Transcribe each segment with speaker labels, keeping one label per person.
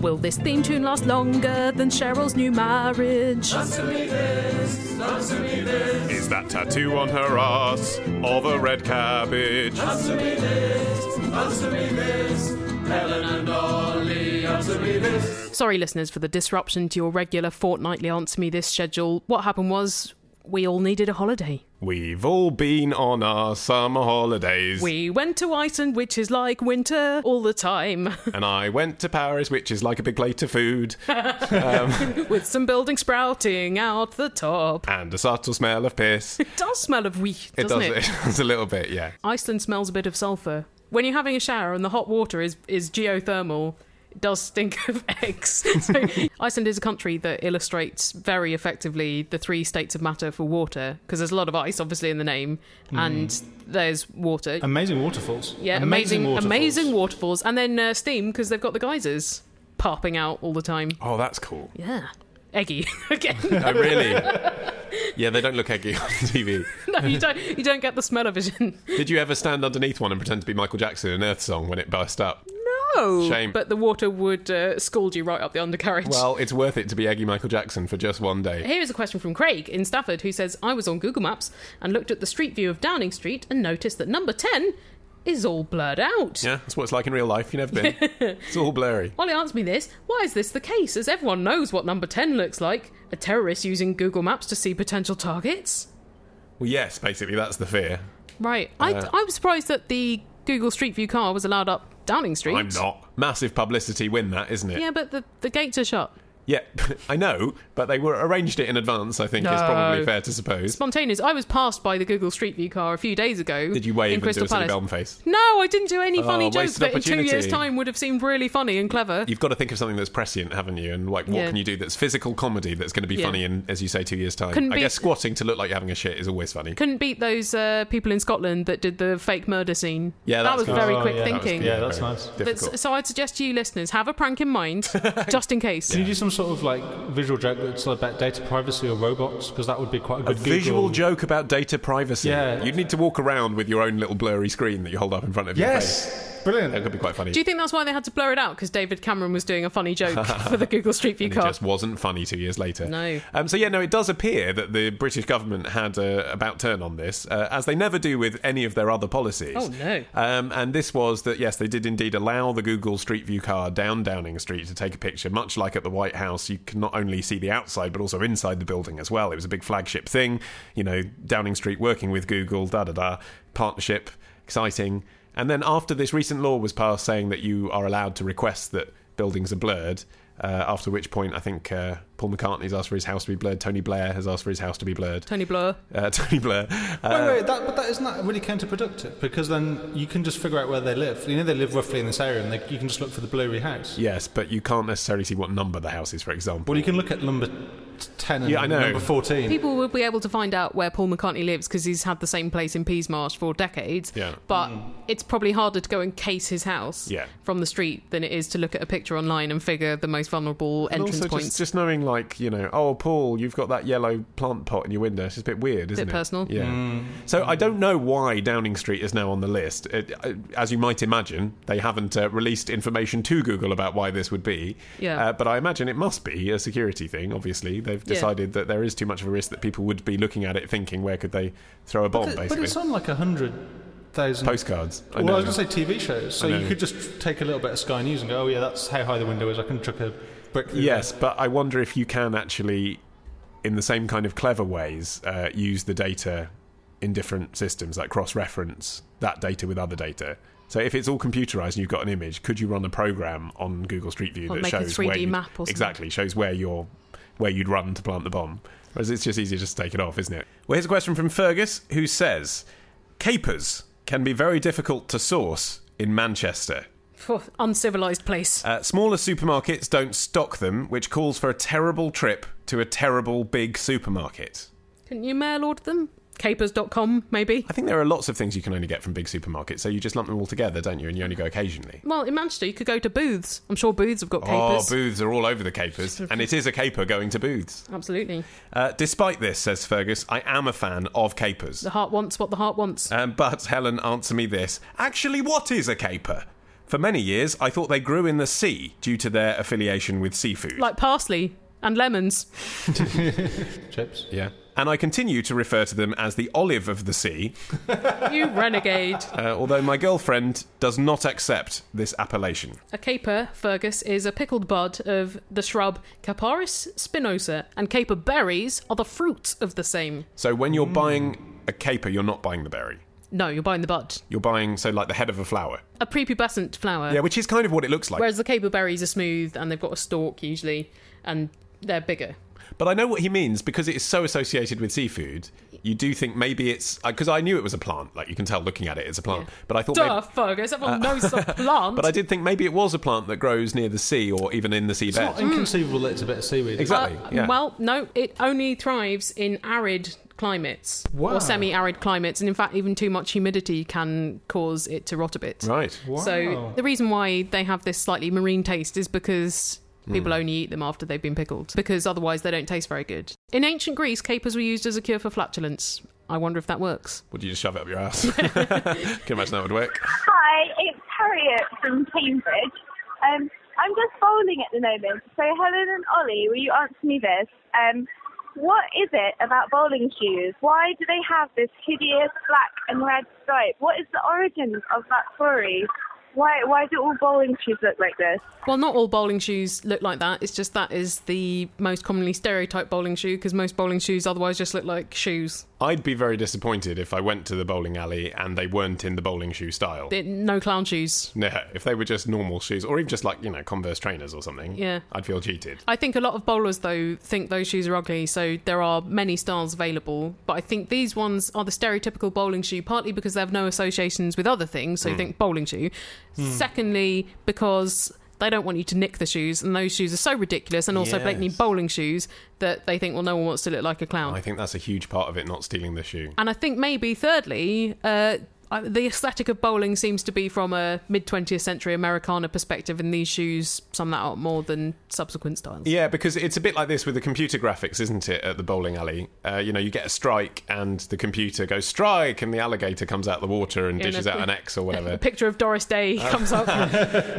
Speaker 1: Will this theme tune last longer than Cheryl's new marriage?
Speaker 2: Is that tattoo on her ass or the red cabbage?
Speaker 1: Sorry, listeners, for the disruption to your regular fortnightly Answer Me This schedule. What happened was we all needed a holiday.
Speaker 2: We've all been on our summer holidays.
Speaker 1: We went to Iceland, which is like winter all the time,
Speaker 2: and I went to Paris, which is like a big plate of food,
Speaker 1: with some building sprouting out the top.
Speaker 2: and a subtle smell of piss.
Speaker 1: It does smell of wheat,
Speaker 2: It
Speaker 1: doesn't
Speaker 2: does it does a little bit, yeah.
Speaker 1: Iceland smells a bit of sulfur. When you're having a shower and the hot water is, is geothermal, it does stink of eggs. So Iceland is a country that illustrates very effectively the three states of matter for water, because there's a lot of ice, obviously, in the name, and there's water.
Speaker 3: Amazing waterfalls.
Speaker 1: yeah, amazing, amazing waterfalls. and then uh, steam because they've got the geysers popping out all the time.
Speaker 2: Oh, that's cool.
Speaker 1: Yeah, eggy again.
Speaker 2: Oh, really? yeah, they don't look eggy on TV.
Speaker 1: no, you don't. You don't get the smell of vision.
Speaker 2: Did you ever stand underneath one and pretend to be Michael Jackson in an Earth Song when it burst up?
Speaker 1: No,
Speaker 2: Shame.
Speaker 1: But the water would uh, scald you right up the undercarriage.
Speaker 2: Well, it's worth it to be eggy Michael Jackson for just one day.
Speaker 1: Here is a question from Craig in Stafford who says I was on Google Maps and looked at the street view of Downing Street and noticed that number 10 is all blurred out.
Speaker 2: Yeah, that's what it's like in real life. You've never been. it's all blurry.
Speaker 1: Ollie answered me this why is this the case? As everyone knows what number 10 looks like. A terrorist using Google Maps to see potential targets?
Speaker 2: Well, yes, basically, that's the fear.
Speaker 1: Right. I,
Speaker 2: Uh,
Speaker 1: I'm surprised that the Google Street View car was allowed up Downing Street.
Speaker 2: I'm not. Massive publicity win, that, isn't it?
Speaker 1: Yeah, but the, the gates are shut.
Speaker 2: Yeah, I know, but they were arranged it in advance, I think, is
Speaker 1: No.
Speaker 2: probably fair to suppose.
Speaker 1: Spontaneous. I was passed by the Google Street View car a few days ago.
Speaker 2: Did you wave
Speaker 1: in
Speaker 2: and do
Speaker 1: Crystal
Speaker 2: a silly
Speaker 1: Palace.
Speaker 2: Belm face?
Speaker 1: No, I didn't do any funny
Speaker 2: Oh,
Speaker 1: jokes
Speaker 2: wasted
Speaker 1: that in two years'
Speaker 2: opportunity.
Speaker 1: time would have seemed really funny and clever.
Speaker 2: You've got to think of something that's prescient, haven't you? And like, what
Speaker 1: Yeah.
Speaker 2: can you do that's physical comedy that's going to be
Speaker 1: Yeah.
Speaker 2: funny in, as you say, two years' time?
Speaker 1: Couldn't
Speaker 2: I
Speaker 1: be-
Speaker 2: guess squatting to look like you're having a shit is always funny.
Speaker 1: Couldn't beat those uh, people in Scotland that did the fake murder scene.
Speaker 2: Yeah,
Speaker 1: that
Speaker 2: that's
Speaker 1: was
Speaker 2: good.
Speaker 1: very
Speaker 3: Oh,
Speaker 1: quick
Speaker 3: yeah, that was
Speaker 1: thinking.
Speaker 3: good. Yeah, that's
Speaker 2: very
Speaker 3: nice.
Speaker 1: But
Speaker 2: Difficult.
Speaker 1: s- so I'd suggest to you listeners have a prank in mind, just in case.
Speaker 3: Can you do some sort of like visual joke that's about data privacy or robots? Because that would be quite a
Speaker 2: A
Speaker 3: good
Speaker 2: visual
Speaker 3: Google.
Speaker 2: joke about data privacy.
Speaker 3: Yeah.
Speaker 2: You'd need to walk around with your own little blurry screen that you hold up in front of your face.
Speaker 3: Yes, brilliant.
Speaker 2: That could be quite funny.
Speaker 1: Do you think that's why they had to blur it out? Because David Cameron was doing a funny joke for the Google Street View
Speaker 2: it
Speaker 1: car.
Speaker 2: just wasn't funny two years later.
Speaker 1: No.
Speaker 2: Um, so, yeah, no, it does appear that the British government had a about turn on this, uh, as they never do with any of their other policies.
Speaker 1: Oh, no.
Speaker 2: Um, and this was that, yes, they did indeed allow the Google Street View car down Downing Street to take a picture, much like at the White House. You can not only see the outside, but also inside the building as well. It was a big flagship thing. You know, Downing Street working with Google, da da da, partnership, exciting. And then after this recent law was passed saying that you are allowed to request that buildings are blurred, uh, after which point I think uh, Paul McCartney's asked for his house to be blurred, Tony Blair has asked for his house to be blurred.
Speaker 1: Tony Blair.
Speaker 2: Uh, Tony Blair. Uh,
Speaker 3: Wait, wait, that, but that isn't that really counterproductive because then you can just figure out where they live. You know, they live roughly in this area, and they, you can just look for the blurry house.
Speaker 2: yes, but you can't necessarily see what number the house is, for example.
Speaker 3: Well, you can look at number ten and
Speaker 2: Yeah, I know.
Speaker 3: number fourteen.
Speaker 1: People will be able to find out where Paul McCartney lives because he's had the same place in Peas Marsh for decades.
Speaker 2: Yeah.
Speaker 1: But
Speaker 3: Mm.
Speaker 1: it's probably harder to go and case his house
Speaker 2: Yeah.
Speaker 1: from the street than it is to look at a picture online and figure the most vulnerable
Speaker 2: And
Speaker 1: entrance
Speaker 2: also
Speaker 1: points.
Speaker 2: Just, just knowing, like, you know, oh, Paul, you've got that yellow plant pot in your window. It's just a bit weird, isn't it?
Speaker 1: personal.
Speaker 2: Yeah. So I don't know why Downing Street is now on the list. It, uh, as you might imagine, they haven't uh, released information to Google about why this would be.
Speaker 1: Yeah.
Speaker 2: Uh, but I imagine it must be a security thing, obviously. They've
Speaker 1: Yeah.
Speaker 2: decided that there is too much of a risk that people would be looking at it thinking, where could they throw a bomb,
Speaker 3: but, it- but
Speaker 2: basically?
Speaker 3: it's on like a hundred thousand.
Speaker 2: Postcards. I
Speaker 3: Well, I was
Speaker 2: know.
Speaker 3: going to say TV shows, so
Speaker 2: I
Speaker 3: you
Speaker 2: know.
Speaker 3: could just take a little bit of Sky News and go, "Oh yeah, that's how high the window is. I can chuck a brick." Through
Speaker 2: Yes, but I wonder if you can actually, in the same kind of clever ways, uh, use the data in different systems, like cross reference that data with other data. So if it's all computerized and you've got an image, could you run a program on Google Street View
Speaker 1: Or
Speaker 2: that
Speaker 1: make a
Speaker 2: shows
Speaker 1: 3D
Speaker 2: where you'd-
Speaker 1: map or something.
Speaker 2: exactly shows where you're where you'd run to plant the bomb? Whereas it's just easier just to take it off, isn't it? Well, here's a question from Fergus who says, "Capers can be very difficult to source in Manchester."
Speaker 1: Phew, uncivilized place.
Speaker 2: Uh, smaller supermarkets don't stock them, which calls for a terrible trip to a terrible big supermarket.
Speaker 1: Couldn't you mail order them? Capers.com, maybe?
Speaker 2: I think there are lots of things you can only get from big supermarkets, so you just lump them all together, don't you? And you only go occasionally.
Speaker 1: Well, in Manchester, you could go to Booths. I'm sure Booths have got
Speaker 2: Oh,
Speaker 1: capers.
Speaker 2: booths are all over the capers, and it is a caper going to booths.
Speaker 1: Absolutely.
Speaker 2: Uh, despite this, says Fergus, I am a fan of capers.
Speaker 1: The heart wants what the heart wants.
Speaker 2: Um, but Helen, answer me this: actually, what is a caper? For many years, I thought they grew in the sea due to their affiliation with seafood.
Speaker 1: Like parsley and lemons.
Speaker 3: Chips.
Speaker 2: yeah. And I continue to refer to them as the olive of the sea,
Speaker 1: You renegade.
Speaker 2: uh, although my girlfriend does not accept this appellation.
Speaker 1: A caper, Fergus, is a pickled bud of the shrub Caparis spinosa, and caper berries are the fruits of the same.
Speaker 2: So when
Speaker 1: Mm.
Speaker 2: you're buying a caper, you're not buying the berry.
Speaker 1: No, you're buying the bud.
Speaker 2: You're buying, so like the head of a flower.
Speaker 1: A prepubescent flower.
Speaker 2: Yeah, which is kind of what it looks like.
Speaker 1: Whereas the caper berries are smooth and they've got a stalk usually, and they're bigger.
Speaker 2: But I know what he means because it is so associated with seafood. You do think maybe it's because I knew it was a plant. Like you can tell looking at it, it's a plant. But I thought,
Speaker 1: Duh,
Speaker 2: maybe, Uh,
Speaker 1: Fergus, everyone knows the plant.
Speaker 2: but I did think maybe it was a plant that grows near the sea or even in the
Speaker 3: It's not
Speaker 2: seabed.
Speaker 1: Mm.
Speaker 3: inconceivable that it's a bit of seaweed.
Speaker 2: Exactly.
Speaker 1: Uh,
Speaker 2: yeah.
Speaker 1: Well, no, it only thrives in arid climates
Speaker 3: Wow.
Speaker 1: or semi-arid climates, and in fact, even too much humidity can cause it to rot a bit.
Speaker 2: right.
Speaker 3: Wow.
Speaker 1: So the reason why they have this slightly marine taste is because people
Speaker 2: Hmm.
Speaker 1: only eat them after they've been pickled, because otherwise they don't taste very good. In ancient Greece, capers were used as a cure for flatulence. I wonder if that works.
Speaker 2: Would you just shove it up your ass? can imagine that would work.
Speaker 4: Hi, it's Harriet from Cambridge. Um, I'm just bowling at the moment. So, Helen and Ollie, will you answer me this? Um, what is it about bowling shoes? Why do they have this hideous black and red stripe? What is the origin of that story? Why, why do all bowling shoes look like this?
Speaker 1: Well, not all bowling shoes look like that. It's just that is the most commonly stereotyped bowling shoe, because most bowling shoes otherwise just look like shoes.
Speaker 2: I'd be very disappointed if I went to the bowling alley and they weren't in the bowling shoe style.
Speaker 1: They're- no clown shoes.
Speaker 2: no, if they were just normal shoes or even just like, you know, Converse trainers or something,
Speaker 1: Yeah.
Speaker 2: I'd feel cheated.
Speaker 1: I think a lot of bowlers though think those shoes are ugly, so there are many styles available. But I think these ones are the stereotypical bowling shoe, partly because they have no associations with other things, so
Speaker 2: Hmm.
Speaker 1: you think bowling shoe. Secondly, because they don't want you to nick the shoes, and those shoes are so ridiculous and also blatantly
Speaker 2: Yes.
Speaker 1: bowling shoes that they think, well, no one wants to look like a clown.
Speaker 2: I think that's a huge part of it, not stealing the shoe.
Speaker 1: And I think maybe thirdly, uh, I- the aesthetic of bowling seems to be from a mid 20th century Americana perspective, and these shoes sum that up more than subsequent styles.
Speaker 2: Yeah, because it's a bit like this with the computer graphics, isn't it? At the bowling alley, uh, you know, you get a strike, and the computer goes strike, and the alligator comes out of the water and
Speaker 1: Yeah,
Speaker 2: dishes
Speaker 1: no,
Speaker 2: out an X or
Speaker 1: A
Speaker 2: whatever.
Speaker 1: picture of Doris Day comes up.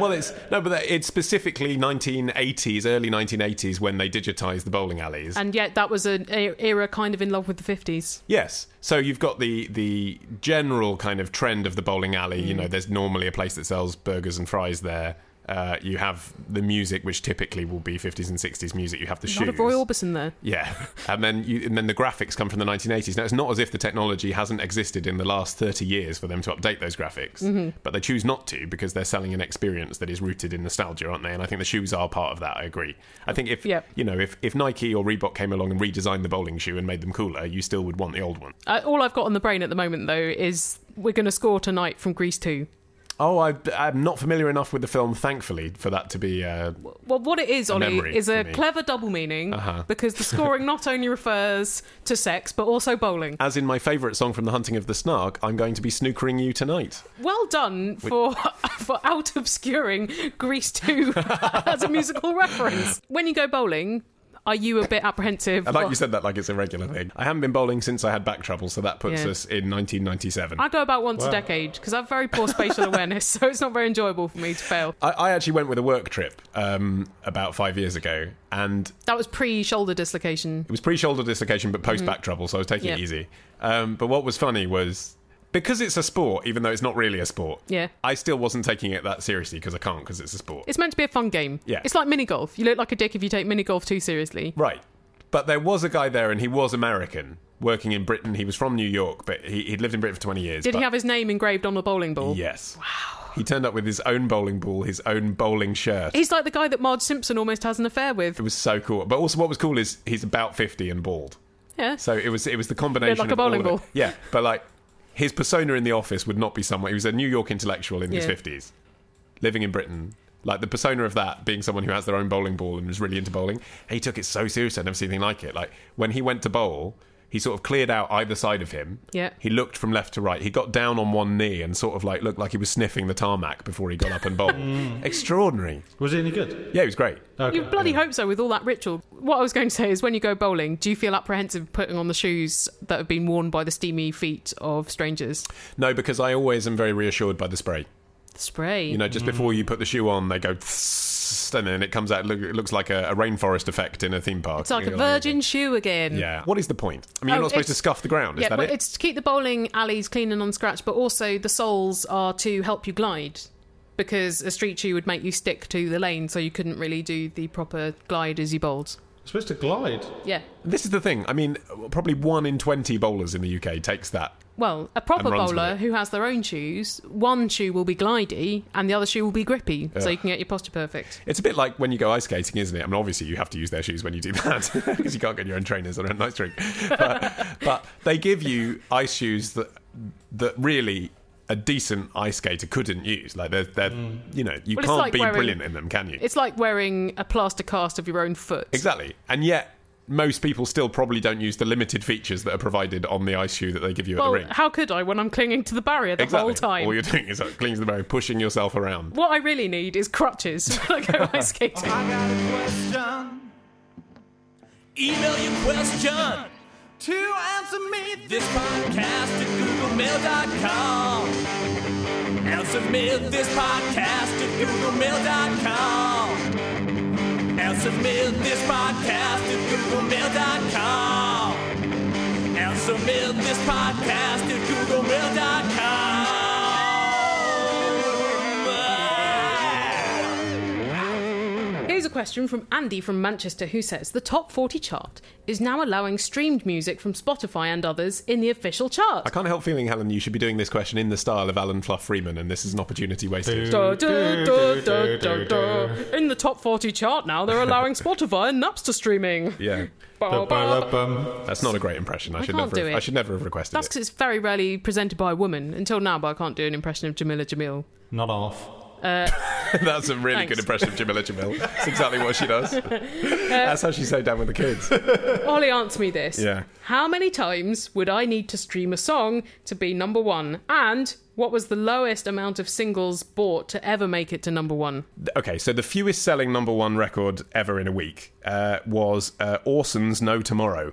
Speaker 2: well, it's no, but it's specifically 1980s, early 1980s when they digitized the bowling alleys.
Speaker 1: and yet that was an e- era kind of in love with the 50s
Speaker 2: Yes. So you've got the the general kind of trend of the bowling alley. You know, there's normally a place that sells burgers and fries there. Uh, you have the music, which typically will be 50s and 60s music. You have the shoes.
Speaker 1: not of roy orbison though
Speaker 2: Yeah, and then you, and then the graphics come from the 1980s. Now it's not as if the technology hasn't existed in the last 30 years for them to update those graphics,
Speaker 1: Mm-hmm.
Speaker 2: but they choose not to because they're selling an experience that is rooted in nostalgia, aren't they? And I think the shoes are part of that. I agree. I think if
Speaker 1: Yep.
Speaker 2: you know if, if Nike or Reebok came along and redesigned the bowling shoe and made them cooler, you still would want the old one.
Speaker 1: uh, all i've got on the brain at the moment though is we're going to score tonight from greece 2
Speaker 2: Oh, I, I'm not familiar enough with the film, thankfully, for that to be. Uh,
Speaker 1: well what it is ollie
Speaker 2: memory
Speaker 1: is
Speaker 2: for
Speaker 1: a
Speaker 2: me.
Speaker 1: clever double meaning
Speaker 2: Uh-huh.
Speaker 1: because the scoring not only refers to sex but also bowling
Speaker 2: as in my favourite song from The Hunting of the Snark, I'm going to be snookering you tonight.
Speaker 1: well done for for out obscuring greece 2 as a musical reference when you go bowling are you a bit apprehensive
Speaker 2: I like
Speaker 1: Or-
Speaker 2: you said that like it's a regular thing. I haven't been bowling since I had back trouble, so that puts
Speaker 1: Yeah.
Speaker 2: us in 1997.
Speaker 1: I
Speaker 2: I,
Speaker 1: go about once a decade because I have very poor spatial awareness, so it's not very enjoyable for me to fail.
Speaker 2: I actually went with a work trip um, about five years ago, and
Speaker 1: That was pre shoulder dislocation.
Speaker 2: it was pre-shoulder dislocation but
Speaker 1: Mm-hmm.
Speaker 2: post-back trouble, so I was taking
Speaker 1: Yep.
Speaker 2: it easy. Um, but what was funny was because it's a sport, even though it's not really a sport.
Speaker 1: Yeah.
Speaker 2: I still wasn't taking it that seriously because I can't because it's a sport.
Speaker 1: It's meant to be a fun game.
Speaker 2: Yeah.
Speaker 1: It's like mini golf. You look like a dick if you take mini golf too seriously.
Speaker 2: Right. But there was a guy there, and he was American, working in Britain. He was from New York, but he, he'd lived in Britain for 20 years.
Speaker 1: Did
Speaker 2: but-
Speaker 1: he have his name engraved on a bowling ball?
Speaker 2: Yes. Wow. He turned up with his own bowling ball, his own bowling shirt.
Speaker 1: He's like the guy that Marge Simpson almost has an affair with.
Speaker 2: It was so cool. But also, what was cool is he's about fifty and bald.
Speaker 1: Yeah.
Speaker 2: So it was it was the combination
Speaker 1: like
Speaker 2: of
Speaker 1: a bowling
Speaker 2: all of it.
Speaker 1: ball.
Speaker 2: Yeah, but like his persona in the office would not be someone. He was a New York intellectual in his
Speaker 1: Yeah.
Speaker 2: fifties, living in Britain. Like the persona of that being someone who has their own bowling ball and was really into bowling. He took it so seriously. I've never seen anything like it. Like when he went to bowl. He sort of cleared out either side of him.
Speaker 1: Yeah.
Speaker 2: He looked from left to right. He got down on one knee and sort of like looked like he was sniffing the tarmac before he got up and bowled. Extraordinary.
Speaker 3: Was it any good?
Speaker 2: uh, Yeah, he was great.
Speaker 3: Okay.
Speaker 1: You bloody hope so with all that ritual. What I was going to say is when you go bowling, do you feel apprehensive putting on the shoes that have been worn by the steamy feet of strangers?
Speaker 2: No, because I always am very reassured by the spray.
Speaker 1: Spray.
Speaker 2: You know, just before
Speaker 1: Mm.
Speaker 2: you put the shoe on, they go, "Tss," and then it comes out. Look, it looks like a, a rainforest effect in a theme park.
Speaker 1: it's like
Speaker 2: You're
Speaker 1: a virgin shoe again.
Speaker 2: Yeah. What is the point? I mean,
Speaker 1: Oh,
Speaker 2: you're not supposed to
Speaker 1: it's-
Speaker 2: scuff the ground. Is
Speaker 1: yeah,
Speaker 2: that
Speaker 1: well,
Speaker 2: it?
Speaker 1: it's to keep the bowling alleys clean and unscratched, but also the soles are to help you glide because a street shoe would make you stick to the lane, so you couldn't really do the proper glide as you bowled.
Speaker 3: supposed to glide.
Speaker 1: Yeah.
Speaker 2: This is the thing. I mean, probably one in 20 bowlers in the UK takes that.
Speaker 1: Well, a proper
Speaker 2: And runs with
Speaker 1: bowler
Speaker 2: it.
Speaker 1: who has their own shoes, one shoe will be glidey and the other shoe will be grippy, so
Speaker 2: Ugh.
Speaker 1: you can get your posture perfect.
Speaker 2: It's a bit like when you go ice skating, isn't it? I mean, obviously, you have to use their shoes when you do that because you can't get your own trainers or a nice drink. But, but they give you ice shoes that that really a decent ice skater couldn't use. Like, they're, they're you know, you
Speaker 1: Well, it's
Speaker 2: can't
Speaker 1: like
Speaker 2: be
Speaker 1: wearing-
Speaker 2: brilliant in them, can you?
Speaker 1: It's like wearing a plaster cast of your own foot.
Speaker 2: Exactly. And yet, most people still probably don't use the limited features that are provided on the ice shoe that they give you at
Speaker 1: Well,
Speaker 2: the ring.
Speaker 1: how could I when I'm clinging to the barrier the
Speaker 2: exactly.
Speaker 1: whole time?
Speaker 2: All you're doing is like, clinging to the barrier, pushing yourself around.
Speaker 1: What I really need is crutches when I go ice skating.
Speaker 5: I got a question. Email your question to answer me this podcast at googlemail.com. Answer me this podcast at googlemail.com. Answer me this podcast at googlemail.com. Answer me this podcast at googlemail.com.
Speaker 1: Here's a question from Andy from Manchester who says the top 40 chart is now allowing streamed music from Spotify and others in the official
Speaker 2: I
Speaker 1: chart.
Speaker 2: can't help feeling, Helen, you should be doing this question in the style of Alan Fluff Freeman, and this is an opportunity wasted.
Speaker 1: Da, da, da, da, da, da. In the top 40 chart now, they're allowing Spotify and Napster streaming.
Speaker 2: Yeah,
Speaker 1: Ba, ba.
Speaker 3: Ba-ba-ba-bum.
Speaker 2: that's not a great impression. I, should
Speaker 1: can't
Speaker 2: never.
Speaker 1: do
Speaker 2: have,
Speaker 1: it.
Speaker 2: I should never have requested
Speaker 1: That's
Speaker 2: it.
Speaker 1: because it's very rarely presented by a woman. Until now, but I can't do an impression of Jamila Jamil.
Speaker 3: Not off.
Speaker 2: That's a really
Speaker 1: Thanks. Um,
Speaker 2: good impression of Jamila Jamil. That's exactly what she does. That's how she's so down with the kids.
Speaker 1: Ollie, answer me this.
Speaker 2: Yeah.
Speaker 1: How many times would I need to stream a song to be number one? And what was the lowest amount of singles bought to ever make it to number one?
Speaker 2: okay, so the fewest selling number one record ever in a week uh, was uh, Orson's No Tomorrow.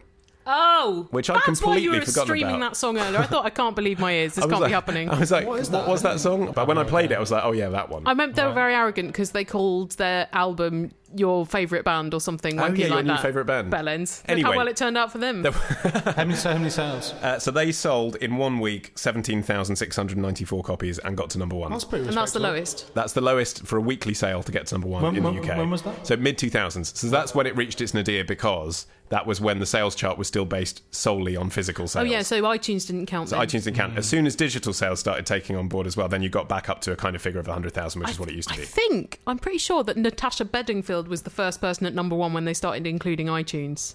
Speaker 1: Oh,
Speaker 2: Which I
Speaker 1: that's why you
Speaker 2: completely
Speaker 1: were
Speaker 2: forgotten
Speaker 1: streaming
Speaker 2: about.
Speaker 1: that song earlier. I thought I can't believe my ears. This
Speaker 2: I was
Speaker 1: can't
Speaker 2: like,
Speaker 1: be happening.
Speaker 2: I was like, what, was that song? But when I played it, I was like, oh yeah, that one.
Speaker 1: I meant they were very arrogant because they called their album "Your Favorite Band" or something.
Speaker 2: Oh,
Speaker 1: wacky
Speaker 2: yeah, Your
Speaker 1: like
Speaker 2: New
Speaker 1: that.
Speaker 2: Favourite Band.
Speaker 1: Bellends. Look
Speaker 2: Anyway.
Speaker 1: how well it turned out for them.
Speaker 3: How many, how many sales?
Speaker 1: Um,
Speaker 2: Uh, so they sold in one week 17,694 copies and got to number one.
Speaker 3: That's pretty
Speaker 1: and that's the
Speaker 3: respectable.
Speaker 1: lowest.
Speaker 2: That's the lowest for a weekly sale to get to number one
Speaker 3: When-
Speaker 2: in the
Speaker 3: when-
Speaker 2: UK.
Speaker 3: when was that?
Speaker 2: So mid 2000s. So that's when it reached its nadir because that was when the sales chart was still based solely on physical
Speaker 1: Oh
Speaker 2: sales.
Speaker 1: yeah, so iTunes didn't count.
Speaker 2: So
Speaker 1: then.
Speaker 2: iTunes didn't count. As soon as digital sales started taking on board as well, then you got back up to a kind of figure of 100,000, which is what it used to
Speaker 1: I
Speaker 2: be.
Speaker 1: think I'm pretty sure that Natasha Bedingfield was the first person at number one when they started including iTunes.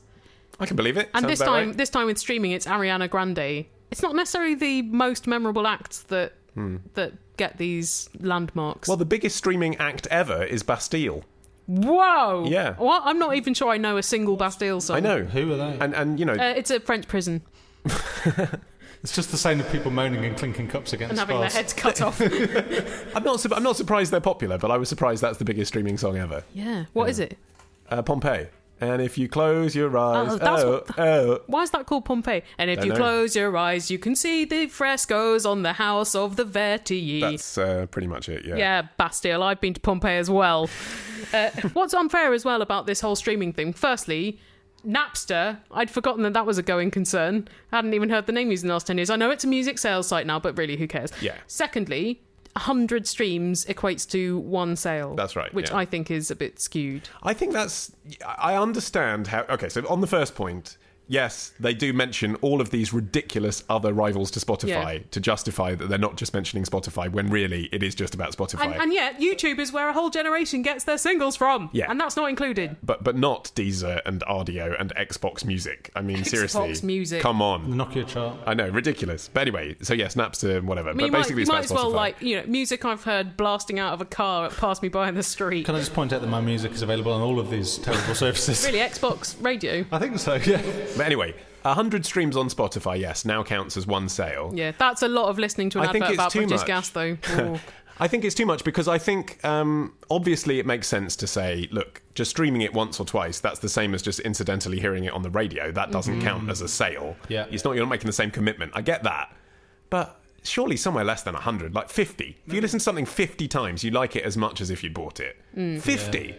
Speaker 2: I can believe it.
Speaker 1: And
Speaker 2: Sounds
Speaker 1: this
Speaker 2: about
Speaker 1: time,
Speaker 2: right.
Speaker 1: this time with streaming, it's Ariana Grande. It's not necessarily the most memorable acts that that get these landmarks.
Speaker 2: Hmm. Well, the biggest streaming act ever is Bastille.
Speaker 1: Whoa!
Speaker 2: Yeah.
Speaker 1: Well, I'm not even sure I know a single Bastille song.
Speaker 2: I know.
Speaker 3: Who are they?
Speaker 2: And, and you know,
Speaker 1: Uh, it's a French prison
Speaker 3: It's just the sound of people moaning and clinking cups against
Speaker 1: and having
Speaker 3: bars.
Speaker 1: their heads cut off.
Speaker 2: I'm, not, su- I'm not surprised they're popular, but I was surprised that's the biggest streaming song ever.
Speaker 1: yeah. What is it?
Speaker 2: Uh, Pompeii. And if you close your eyes,
Speaker 1: Oh,
Speaker 2: oh,
Speaker 1: that's
Speaker 2: oh,
Speaker 1: what- Why is that called Pompeii? And if
Speaker 2: Don't
Speaker 1: you
Speaker 2: know.
Speaker 1: close your eyes, you can see the frescoes on the house of the Vertii.
Speaker 2: that's uh, pretty much it. Yeah.
Speaker 1: Yeah, Bastille. I've been to Pompeii as well. Uh, what's unfair as well about this whole streaming thing? Firstly, Napster. I'd forgotten that that was a going concern. I hadn't even heard the name used in the last 10 years. I know it's a music sales site now, but really, who cares?
Speaker 2: Yeah.
Speaker 1: Secondly, 100 streams equates to one sale.
Speaker 2: That's right,
Speaker 1: Which
Speaker 2: yeah.
Speaker 1: I think is a bit skewed.
Speaker 2: I think that's. I understand how. Okay, so on the first point, yes, they do mention all of these ridiculous other rivals to Spotify
Speaker 1: Yeah.
Speaker 2: to justify that they're not just mentioning Spotify when really it is just about Spotify.
Speaker 1: And, and yet, YouTube is where a whole generation gets their singles from.
Speaker 2: Yeah.
Speaker 1: And that's not included.
Speaker 2: but but not Deezer and Audio and Xbox Music. I mean, seriously,
Speaker 1: Music.
Speaker 2: Come on.
Speaker 3: The Nokia chart.
Speaker 2: I know, ridiculous. But anyway, so yes, Napster and whatever.
Speaker 1: I mean,
Speaker 2: but
Speaker 1: you might,
Speaker 2: basically,
Speaker 1: you
Speaker 2: it's
Speaker 1: might as
Speaker 2: about
Speaker 1: well,
Speaker 2: Spotify.
Speaker 1: like, you know, music I've heard blasting out of a car pass me by in the street.
Speaker 3: Can I just point out that my music is available on all of these terrible services?
Speaker 1: Really, Xbox Radio.
Speaker 3: I think so, yeah.
Speaker 2: But anyway, hundred streams on Spotify, yes, now counts as one sale.
Speaker 1: Yeah, that's a lot of listening to an
Speaker 2: I think
Speaker 1: advert
Speaker 2: it's
Speaker 1: about
Speaker 2: too
Speaker 1: British
Speaker 2: much.
Speaker 1: gas, though. Ooh.
Speaker 2: I think it's too much because I think um, obviously it makes sense to say, look, just streaming it once or twice, that's the same as just incidentally hearing it on the radio. That doesn't count as a sale.
Speaker 3: Yeah.
Speaker 2: It's not you're not making the same commitment. I get that. But surely somewhere less than 100, like 50. If you listen to something 50 times, you like it as much as if you bought it. 50?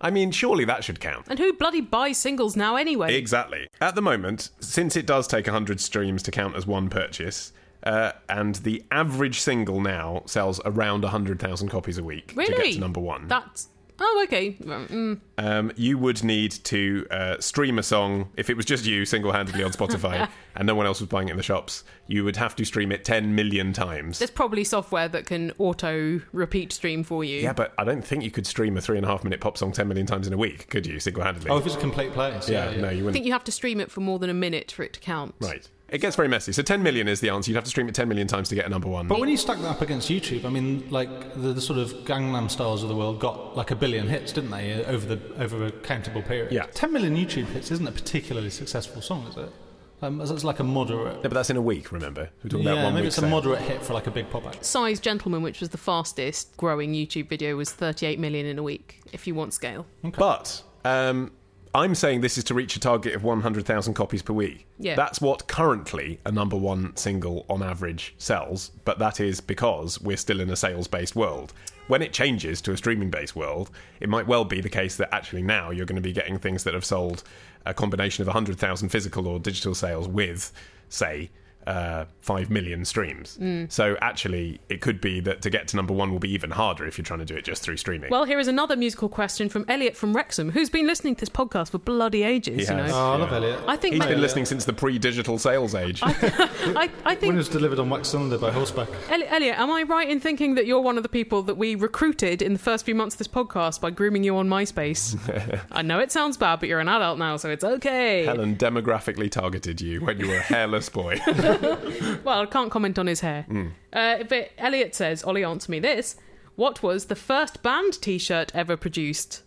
Speaker 2: I mean, surely that should count.
Speaker 1: And who bloody buys singles now anyway?
Speaker 2: Exactly. At the moment, since it does take 100 streams to count as one purchase, uh, and the average single now sells around 100,000 copies a week
Speaker 1: really?
Speaker 2: to get to number one,
Speaker 1: That's. Oh, okay. Mm.
Speaker 2: um, you would need to uh, stream a song if it was just you single handedly on Spotify and no one else was buying it in the shops. You would have to stream it 10 million times.
Speaker 1: There's probably software that can auto repeat stream for you.
Speaker 2: yeah, but I don't think you could stream a three and a half minute pop song 10 million times in a week, could you, single handedly?
Speaker 3: Oh, if it's a complete place. Yeah,
Speaker 2: yeah, no,
Speaker 1: I
Speaker 2: you wouldn't.
Speaker 1: think you have to stream it for more than a minute for it to count.
Speaker 2: right. It gets very messy. So 10 million is the answer. You'd have to stream it 10 million times to get a number one.
Speaker 3: But when you stack that up against YouTube, I mean, like the, the sort of Gangnam Styles of the world got like a billion hits, didn't they, uh, over the over a countable period?
Speaker 2: Yeah.
Speaker 3: ten million YouTube hits isn't a particularly successful song, is it? Um, it's it's like a moderate.
Speaker 2: No, but that's in a week, remember? We're talking about
Speaker 3: Yeah,
Speaker 2: one
Speaker 3: maybe
Speaker 2: week.
Speaker 3: it's a moderate hit for like a big pop act.
Speaker 1: Size Gentleman, which was the fastest growing YouTube video, was 38 million in a week, if you want scale.
Speaker 2: But um, I'm saying this is to reach a target of 100,000 copies per week.
Speaker 1: Yeah.
Speaker 2: That's what currently a number one single on average sells, but that is because we're still in a sales based world. When it changes to a streaming based world, it might well be the case that actually now you're going to be getting things that have sold a combination of 100,000 physical or digital sales with, say, uh, 5 million streams.
Speaker 1: Mm.
Speaker 2: So actually, it could be that to get to number one will be even harder if you're trying to do it just through streaming.
Speaker 1: Well, here is another musical question from Elliot from Wrexham, who's been listening to this podcast for bloody ages.
Speaker 2: He
Speaker 1: you
Speaker 2: has.
Speaker 1: know,
Speaker 3: Oh, I love
Speaker 2: Yeah.
Speaker 3: Elliot.
Speaker 1: I think
Speaker 2: He's
Speaker 1: my-
Speaker 2: been listening since the pre-digital sales age.
Speaker 1: I, I
Speaker 3: when it
Speaker 1: think
Speaker 3: was delivered on wax cylinder by horseback.
Speaker 1: Elli- Elliot, am I right in thinking that you're one of the people that we recruited in the first few months of this podcast by grooming you on MySpace? I know it sounds bad, but you're an adult now, so it's okay.
Speaker 2: Helen demographically targeted you when you were a hairless boy.
Speaker 1: Well, I can't comment on his hair.
Speaker 2: Hmm.
Speaker 1: Uh, but Elliot says, Ollie, answer me this. What was the first band t shirt ever produced?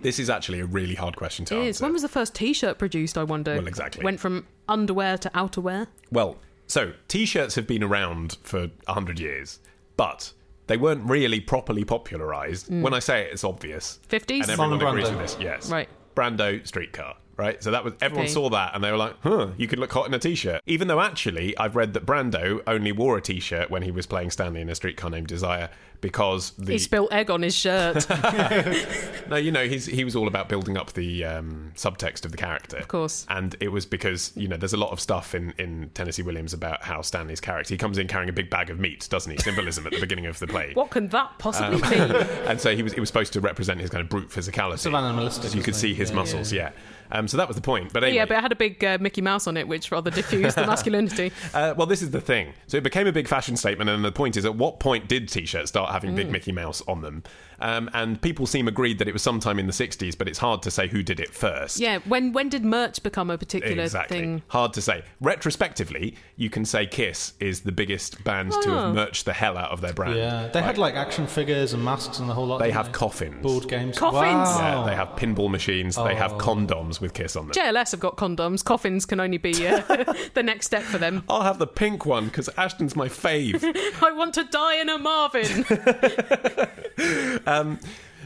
Speaker 2: this is actually a really hard question to
Speaker 1: It is.
Speaker 2: answer.
Speaker 1: When was the first t shirt produced, I wonder?
Speaker 2: Well, exactly.
Speaker 1: Went from underwear to outerwear.
Speaker 2: Well, so t-shirts have been around for a hundred years, but they weren't really properly popularized.
Speaker 1: Mm.
Speaker 2: When I say it, it's obvious.
Speaker 1: 50s?
Speaker 2: and everyone
Speaker 3: Marlon
Speaker 2: agrees
Speaker 3: Brando.
Speaker 2: with this. Yes,
Speaker 1: Right.
Speaker 2: Brando streetcar. Right, so that was everyone
Speaker 1: Okay.
Speaker 2: saw that and they were like, "Huh, you could look hot in a t-shirt." Even though actually, I've read that Brando only wore a t-shirt when he was playing Stanley in a streetcar named Desire because the
Speaker 1: He spilled egg on his shirt, of
Speaker 2: No, you know, he's he was all about building up the um, subtext of the character. Of
Speaker 1: course.
Speaker 2: And it was because, you know, there's a lot of stuff in, in Tennessee Williams about how Stanley's character, he comes in carrying a big bag of meat, doesn't he? Symbolism at the beginning of the play.
Speaker 1: What can that possibly mean?
Speaker 2: and so he was, it was supposed to represent his kind of brute physicality.
Speaker 3: Sort of animalistic,
Speaker 2: So you could
Speaker 3: isn't
Speaker 2: see
Speaker 3: it?
Speaker 2: his
Speaker 3: Yeah,
Speaker 2: muscles, yeah. Um, so that was the point. But anyway,
Speaker 1: Yeah, but it had a big uh, Mickey Mouse on it, which rather diffused the masculinity.
Speaker 2: Uh, well, this is the thing. So it became a big fashion statement, and the point is, at what point did T-shirts start having
Speaker 1: Mm.
Speaker 2: big Mickey Mouse on them? Um, and people seem agreed that it was sometime in the '60s, but it's hard to say who did it first.
Speaker 1: Yeah, when when did merch become a particular
Speaker 2: Exactly.
Speaker 1: thing?
Speaker 2: Hard to say. Retrospectively, you can say Kiss is the biggest band to
Speaker 1: Oh.
Speaker 2: have merched the hell out of their brand.
Speaker 3: Yeah, they had like action figures and masks and the whole lot.
Speaker 2: They
Speaker 3: didn't
Speaker 2: have coffins.
Speaker 3: board games,
Speaker 1: Coffins?
Speaker 2: Yeah,
Speaker 3: Wow.
Speaker 1: Oh.
Speaker 2: they have pinball machines. They have condoms with Kiss on them.
Speaker 1: JLS have got condoms. Coffins can only be uh, the next step for them.
Speaker 2: I'll have the pink one because Ashton's my fave.
Speaker 1: I want to die in a Marvin.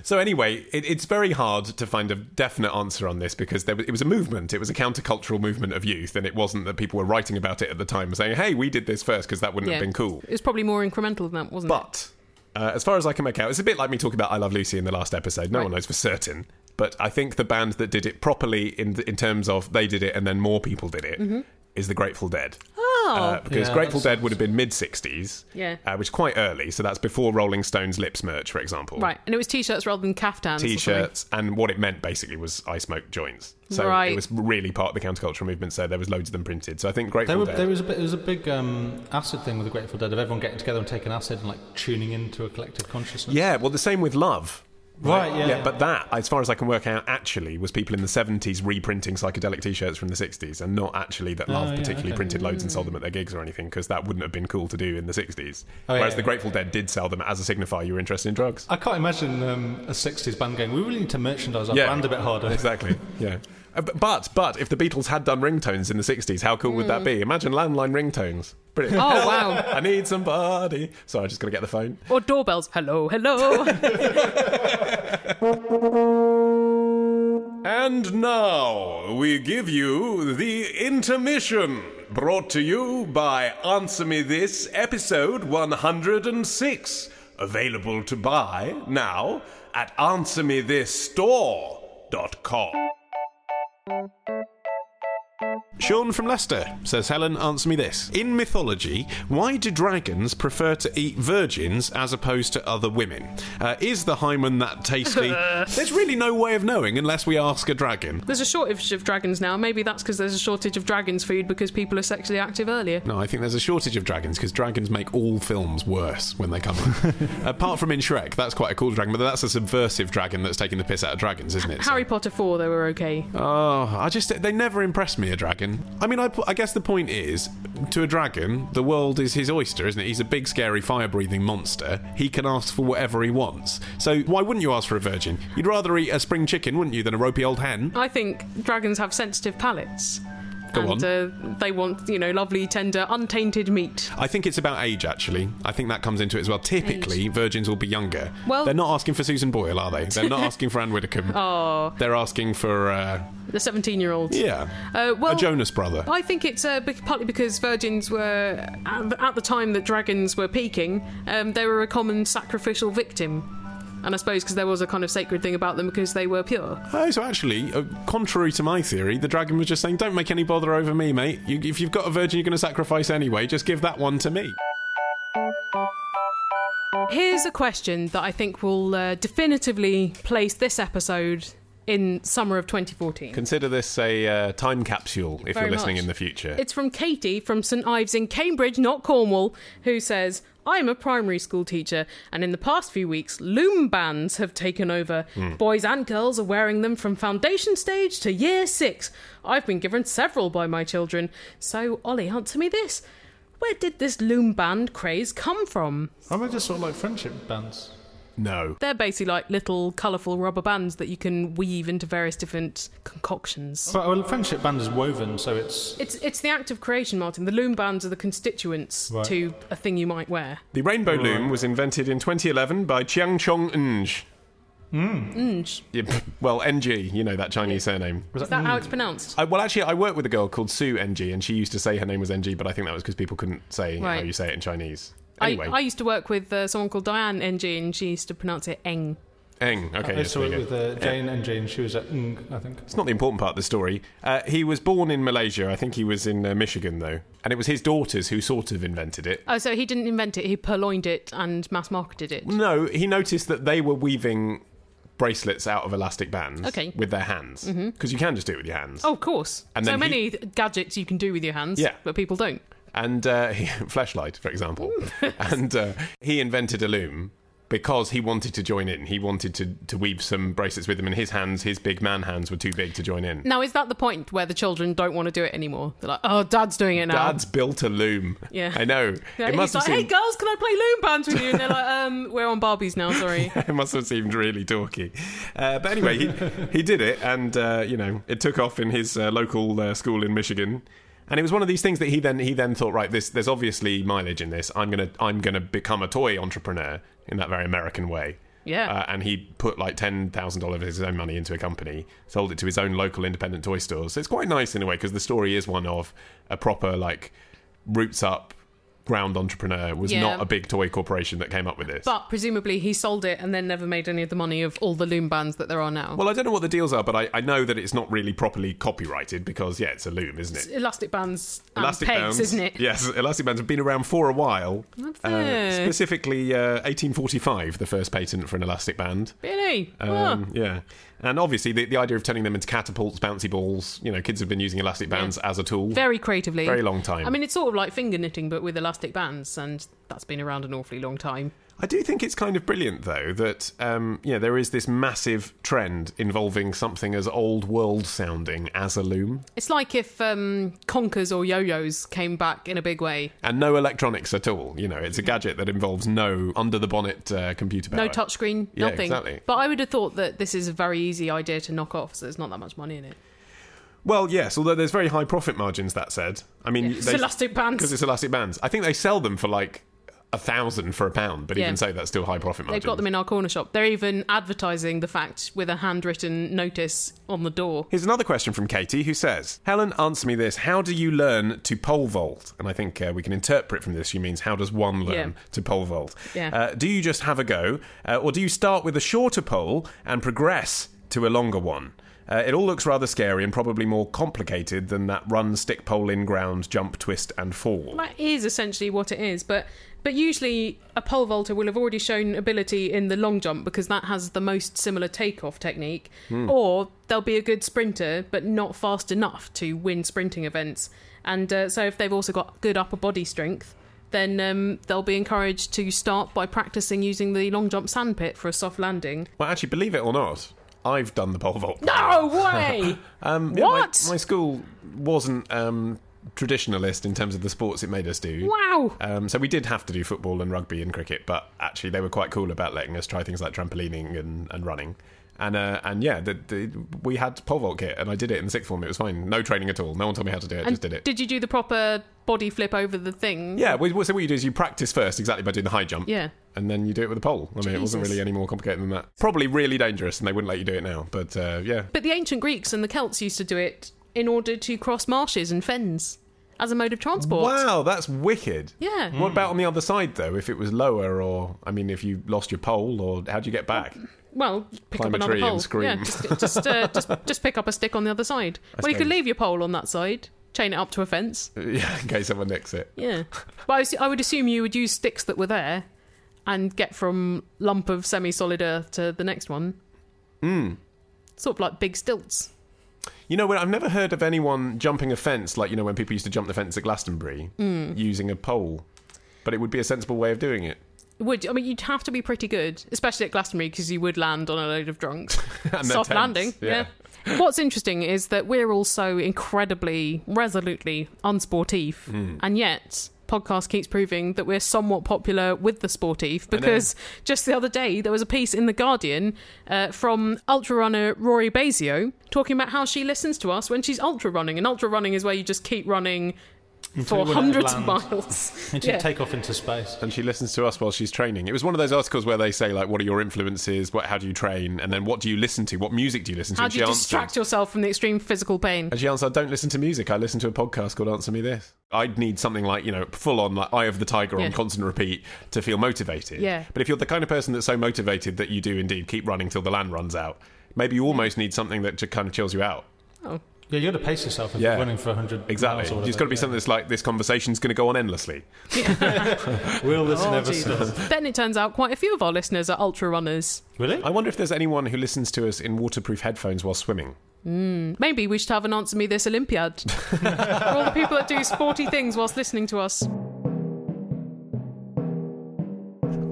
Speaker 2: So anyway, it, it's very hard to find a definite answer on this because there was, it was a movement. It was a countercultural movement of youth, and it wasn't that people were writing about it at the time, saying, "Hey, we did this first because that wouldn't
Speaker 1: Yeah.
Speaker 2: have been cool."
Speaker 1: It was probably more incremental than that, wasn't it?
Speaker 2: But uh, as far as I can make out, it's a bit like me talking about "I Love Lucy" in the last episode. No
Speaker 1: Right.
Speaker 2: one knows for certain, but I think the band that did it properly in in terms of they did it and then more people did it is the Grateful Dead.
Speaker 1: Mm-hmm. Oh,
Speaker 2: Uh, because
Speaker 3: Yeah,
Speaker 2: Grateful
Speaker 3: that's-
Speaker 2: Dead would have been mid 60s,
Speaker 1: Yeah.
Speaker 2: uh, which is quite early, so that's before Rolling Stones Lips merch, for example
Speaker 1: right. And it was t-shirts rather than caftans. or something.
Speaker 2: t-shirts and what it meant basically was i smoked joints so
Speaker 1: Right.
Speaker 2: it was really part of the countercultural movement so there was loads of them printed so i think
Speaker 3: There,
Speaker 2: grateful
Speaker 3: were,
Speaker 2: Dead-
Speaker 3: there was a bit. There was a big um, acid thing with the Grateful Dead of everyone getting together and taking acid and like tuning into a collective consciousness.
Speaker 2: yeah well the same with love
Speaker 3: Right, yeah, yeah.
Speaker 2: but that as far as i can work out actually was people in the 70s reprinting psychedelic t-shirts from the 60s and not actually that love
Speaker 3: Oh, yeah,
Speaker 2: particularly
Speaker 3: okay.
Speaker 2: printed loads and sold them at their gigs or anything because that wouldn't have been cool to do in the 60s
Speaker 3: Oh, yeah,
Speaker 2: whereas the
Speaker 3: yeah.
Speaker 2: grateful dead did sell them as a signifier you were interested in drugs
Speaker 3: I can't imagine um, a '60s band going. We really need to merchandise our
Speaker 2: Yeah.
Speaker 3: brand a bit harder.
Speaker 2: Exactly. Yeah. Uh, b- But but if the Beatles had done ringtones in the '60s, how cool would that be? Imagine landline ringtones. Brilliant.
Speaker 1: Hmm. Oh, wow.
Speaker 2: I need somebody. Sorry, I just got to get the phone.
Speaker 1: Or doorbells. Hello, hello.
Speaker 2: And now we give you the Intermission, brought to you by Answer Me This, episode 106. Available to buy now at answermethisstore.com. Sean from Leicester says, Helen, answer me this. In mythology, why do dragons prefer to eat virgins as opposed to other women? Uh, is the hymen that tasty? There's really no way of knowing unless we ask a dragon.
Speaker 1: There's a shortage of dragons now. Maybe that's because there's a shortage of dragons food because people are sexually active earlier.
Speaker 2: No, I think there's a shortage of dragons because dragons make all films worse when they come in. Apart from in Shrek, that's quite a cool dragon, but that's a subversive dragon that's taking the piss out of dragons, isn't it? So-
Speaker 1: Harry Potter 4, they were okay.
Speaker 2: Oh, I just, they never impressed me, a dragon. I mean, I, I guess the point is to a dragon, the world is his oyster, isn't it? He's a big, scary, fire breathing monster. He can ask for whatever he wants. So why wouldn't you ask for a virgin? You'd rather eat a spring chicken, wouldn't you, than a ropey old hen?
Speaker 1: I think dragons have sensitive palates.
Speaker 2: Go
Speaker 1: and Uh, they want, you know, lovely, tender, untainted meat.
Speaker 2: I think it's about age, actually. I think that comes into it as well. Typically, virgins will be younger.
Speaker 1: Well-
Speaker 2: they're not asking for Susan Boyle, are they? They're not asking for Anne Widdecombe. Oh. They're asking for, uh,
Speaker 1: The 17 year olds.
Speaker 2: yeah,
Speaker 1: Uh, well,
Speaker 2: a Jonas brother.
Speaker 1: I think it's uh, bec- partly because virgins were, at the- at the time that dragons were peaking, um, they were a common sacrificial victim. And I suppose because there was a kind of sacred thing about them because they were pure.
Speaker 2: Oh, so actually, uh, contrary to my theory, the dragon was just saying, "Don't make any bother over me, mate. You, if you've got a virgin, you're going to sacrifice anyway. Just give that one to me."
Speaker 1: Here's a question that I think will uh, definitively place this episode in summer of 2014.
Speaker 2: Consider this a uh, time capsule if
Speaker 1: Very
Speaker 2: you're listening
Speaker 1: much.
Speaker 2: in the future.
Speaker 1: It's from Katie from St Ives in Cambridge, not Cornwall, who says, I'm a primary school teacher, and in the past few weeks, loom bands have taken over. Boys and girls are wearing them from foundation stage to year six. I've been given several by my children. So, Ollie, answer me this. Where did this loom band craze come from?
Speaker 3: Aren't they just sort of like friendship bands?
Speaker 2: no.
Speaker 1: They're basically like little colourful rubber bands that you can weave into various different concoctions.
Speaker 3: But well, friendship band is woven, so it's
Speaker 1: It's it's the act of creation, Martin. The loom bands are the constituents
Speaker 3: Right.
Speaker 1: to a thing you might wear.
Speaker 2: The rainbow loom was invented in 2011 by Chiang Chong Ng.
Speaker 3: Hmm.
Speaker 1: Nj.
Speaker 2: Yeah, well, NG, you know that Chinese surname.
Speaker 1: Is that how it's pronounced?
Speaker 2: I, well, actually, I worked with a girl called Sue NG, and she used to say her name was NG, but I think that was because people couldn't say how
Speaker 1: Right.
Speaker 2: you say it in Chinese.
Speaker 1: I,
Speaker 2: Anyway,
Speaker 1: I used to work with uh, someone called Diane NG, and she used to pronounce it Eng.
Speaker 2: Eng. Okay,
Speaker 3: I
Speaker 2: yes,
Speaker 3: saw
Speaker 2: there you
Speaker 3: it
Speaker 2: go.
Speaker 3: with uh, Jane and Jane. She was at Ng, I think.
Speaker 2: It's not the important part of the story. Uh, he was born in Malaysia. I think he was in uh, Michigan, though. And it was his daughters who sort of invented it.
Speaker 1: Oh, so he didn't invent it; he purloined it and mass marketed it.
Speaker 2: No, he noticed that they were weaving bracelets out of elastic bands
Speaker 1: Okay. Mm-hmm.
Speaker 2: with their hands. Because you can just do it with your hands.
Speaker 1: Oh, of course.
Speaker 2: And
Speaker 1: so
Speaker 2: then
Speaker 1: many th- gadgets you can do with your hands,
Speaker 2: Yeah.
Speaker 1: but people don't.
Speaker 2: and uh, he, flashlight, for example.
Speaker 1: Mm.
Speaker 2: and uh, he invented a loom because he wanted to join in. He wanted to, to weave some bracelets with them, and his hands, his big man hands, were too big to join in.
Speaker 1: Now, is that the point where the children don't want to do it anymore? They're like, "Oh, Dad's doing it now."
Speaker 2: Dad's built a loom.
Speaker 1: Yeah.
Speaker 2: I know.
Speaker 1: Yeah,
Speaker 2: it
Speaker 1: he's
Speaker 2: must
Speaker 1: like,
Speaker 2: have seemed
Speaker 1: "Hey, girls, can I play loom bands with you?" And they're like, "Um, we're on Barbies now. Sorry."
Speaker 2: it must have seemed really dorky. Uh, but anyway, he, he did it, and uh, you know, it took off in his uh, local uh, school in Michigan. And it was one of these things that he then he then thought, right, this there's obviously mileage in this. I'm gonna I'm gonna become a toy entrepreneur in that very American way.
Speaker 1: Yeah.
Speaker 2: Uh, and he put like ten thousand dollars of his own money into a company, sold it to his own local independent toy stores. So it's quite nice in a way because the story is one of a proper like roots up ground entrepreneur was
Speaker 1: Yeah.
Speaker 2: not a big toy corporation that came up with this.
Speaker 1: But presumably he sold it and then never made any of the money of all the loom bands that there are now.
Speaker 2: Well, I don't know what the deals are, but I, I know that it's not really properly copyrighted because, yeah, it's a loom, isn't it?
Speaker 1: elastic bands and um, pegs,
Speaker 2: bands,
Speaker 1: isn't it?
Speaker 2: Yes, elastic bands have been around for a while. Uh,
Speaker 1: it.
Speaker 2: specifically, uh, 1845, the first patent for an elastic band.
Speaker 1: Really?
Speaker 2: Um, Yeah, and obviously the, the idea of turning them into catapults, bouncy balls. You know, kids have been using elastic bands as a tool.
Speaker 1: Very creatively.
Speaker 2: Very long time.
Speaker 1: I mean, it's sort of like finger knitting, but with elastic bands, and that's been around an awfully long time.
Speaker 2: I do think it's kind of brilliant, though, that um, yeah, there is this massive trend involving something as old world sounding as a loom,
Speaker 1: It's like if um, conkers or yo yos came back in a big way.
Speaker 2: and no electronics at all. You know, it's a gadget that involves no under the bonnet uh, computer power.
Speaker 1: No touchscreen,
Speaker 2: Yeah,
Speaker 1: nothing.
Speaker 2: exactly.
Speaker 1: But I would have thought that this is a very easy idea to knock off, so there's not that much money in it.
Speaker 2: Well, yes, although there's very high profit margins. That said, I mean,
Speaker 1: It's elastic bands.
Speaker 2: because it's elastic bands. I think they sell them for like a thousand for a pound, but
Speaker 1: Yeah.
Speaker 2: even so, that's still high profit margin.
Speaker 1: They've got them in our corner shop. They're even advertising the fact with a handwritten notice on the door.
Speaker 2: Here's another question from Katie who says, Helen, answer me this. How do you learn to pole vault? And I think uh, we can interpret from this, she means, how does one learn
Speaker 1: Yeah.
Speaker 2: to pole vault?
Speaker 1: Yeah.
Speaker 2: Uh, do you just have a go, uh, or do you start with a shorter pole and progress to a longer one? Uh, it all looks rather scary and probably more complicated than that run, stick pole in ground, jump, twist, and fall.
Speaker 1: That is essentially what it is, but but usually a pole vaulter will have already shown ability in the long jump because that has the most similar takeoff technique,
Speaker 2: Hmm.
Speaker 1: or they'll be a good sprinter but not fast enough to win sprinting events. And uh, so if they've also got good upper body strength, then um, they'll be encouraged to start by practicing using the long jump sandpit for a soft landing.
Speaker 2: Well, actually, believe it or not, I've done the pole vault.
Speaker 1: No way!
Speaker 2: Um, yeah, my-
Speaker 1: What?
Speaker 2: My, school wasn't um, traditionalist in terms of the sports it made us do.
Speaker 1: wow.
Speaker 2: Um, so we did have to do football and rugby and cricket, but actually they were quite cool about letting us try things like trampolining and, and running. And uh, and yeah, the, the, we had pole vault kit, and I did it in the sixth form. It was fine, no training at all. No one told me how to do it. I just did it.
Speaker 1: you do the proper body flip over the thing?
Speaker 2: yeah, we, so what you do is you practice first exactly by doing the high jump.
Speaker 1: Yeah.
Speaker 2: And then you do it with a pole. I mean, it wasn't
Speaker 1: Jesus.
Speaker 2: really any more complicated than that. Probably really dangerous, and they wouldn't let you do it now. But uh, yeah,
Speaker 1: But the ancient Greeks and the Celts used to do it in order to cross marshes and fens as a mode of transport.
Speaker 2: Wow, that's wicked.
Speaker 1: Yeah.
Speaker 2: What about on the other side though? If it was lower, or I mean, if you lost your pole, or how do you get back?
Speaker 1: Well, pick
Speaker 2: Climb
Speaker 1: up
Speaker 2: a
Speaker 1: another
Speaker 2: tree
Speaker 1: pole.
Speaker 2: and scream.
Speaker 1: Yeah, just just, uh, just just pick up a stick on the other side. well, you could
Speaker 2: suppose. Uh.
Speaker 1: leave your pole on that side, chain it up to a fence.
Speaker 2: yeah, in case someone nicks it.
Speaker 1: Yeah. but I, assu- I would assume you would use sticks that were there and get from lump of semi-solid earth to the next one. Mm.
Speaker 2: Hmm.
Speaker 1: Sort of like big stilts.
Speaker 2: You know, when- I've never heard of anyone jumping a fence like you know when people used to jump the fence at Glastonbury
Speaker 1: Mm.
Speaker 2: using a pole, but it would be a sensible way of doing it.
Speaker 1: Would I mean you'd have to be pretty good, especially at Glastonbury, because you would land on a load of drunks.
Speaker 2: And they're
Speaker 1: Soft
Speaker 2: tense,
Speaker 1: landing. Yeah. What's interesting is that we're all so incredibly, resolutely unsportif, and yet podcast keeps proving that we're somewhat popular with the sportif because just the other day there was a piece in the Guardian uh, from ultra runner Rory Basio talking about how she listens to us when she's ultra running, and ultra running is where you just keep running for
Speaker 3: you will
Speaker 1: hundreds of
Speaker 3: land.
Speaker 1: miles.
Speaker 3: And you
Speaker 1: Yeah.
Speaker 3: take off into space.
Speaker 2: And she listens to us while she's training. It was one of those articles where they say like, "What are your influences? What? How do you train? And then what do you listen to? What music do you listen to?"
Speaker 1: How
Speaker 2: And
Speaker 1: do
Speaker 2: she
Speaker 1: you
Speaker 2: answered-
Speaker 1: distract yourself from the extreme physical pain?
Speaker 2: And she answered, I don't listen to music. I listen to a podcast called Answer Me This. I'd need something like, you know, full on, like Eye of the Tiger
Speaker 1: Yeah.
Speaker 2: on constant repeat to feel motivated.
Speaker 1: Yeah.
Speaker 2: But if you're the kind of person that's so motivated that you do indeed keep running till the land runs out, maybe you almost need something that just kind of chills you out.
Speaker 3: Yeah, you got to pace yourself if
Speaker 2: Yeah.
Speaker 3: you're running for 100
Speaker 2: Exactly.
Speaker 3: miles or
Speaker 2: It's
Speaker 3: whatever.
Speaker 2: got to be
Speaker 3: yeah.
Speaker 2: something that's like, this conversation's going to go on endlessly.
Speaker 3: Will this never
Speaker 1: Oh, Jesus.
Speaker 3: stop?
Speaker 1: Then it turns out quite a few of our listeners are ultra runners.
Speaker 3: Really?
Speaker 2: I wonder if there's anyone who listens to us in waterproof headphones while swimming.
Speaker 1: Maybe we should have an Answer Me This Olympiad for all the people that do sporty things whilst listening to us.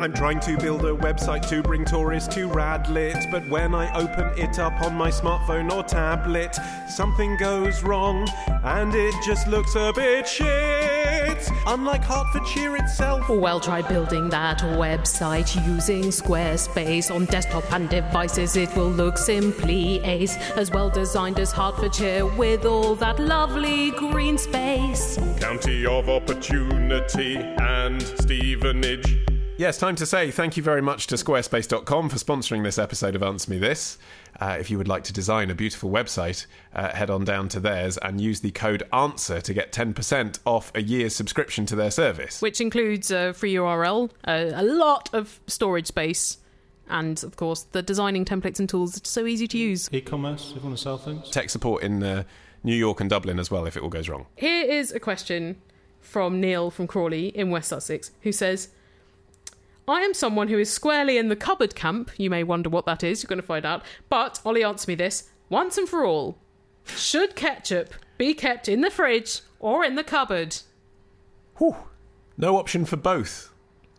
Speaker 2: I'm trying to build a website to bring tourists to Radlit, but when I open it up on my smartphone or tablet, something goes wrong and it just looks a bit shit. Unlike Hertfordshire itself.
Speaker 6: Well, try building that website using Squarespace on desktop and devices. It will look simply ace, as well designed as Hertfordshire with all that lovely green space.
Speaker 2: County of Opportunity and Stevenage. Yes, time to say thank you very much to squarespace.com for sponsoring this episode of Answer Me This. Uh, if you would like to design a beautiful website, uh, head on down to theirs and use the code ANSWER to get 10% off a year's subscription to their service.
Speaker 1: which includes a free URL, a, a lot of storage space, and of course the designing templates and tools are so easy to use.
Speaker 3: E-commerce, if you want to sell things.
Speaker 2: tech support in uh, New York and Dublin as well if it all goes wrong.
Speaker 1: Here is a question from Neil from Crawley in West Sussex who says, I am someone who is squarely in the cupboard camp. You may wonder what that is, you're going to find out. But Ollie, answer me this once and for all. Should ketchup be kept in the fridge or in the cupboard?
Speaker 2: Whew. No option for both.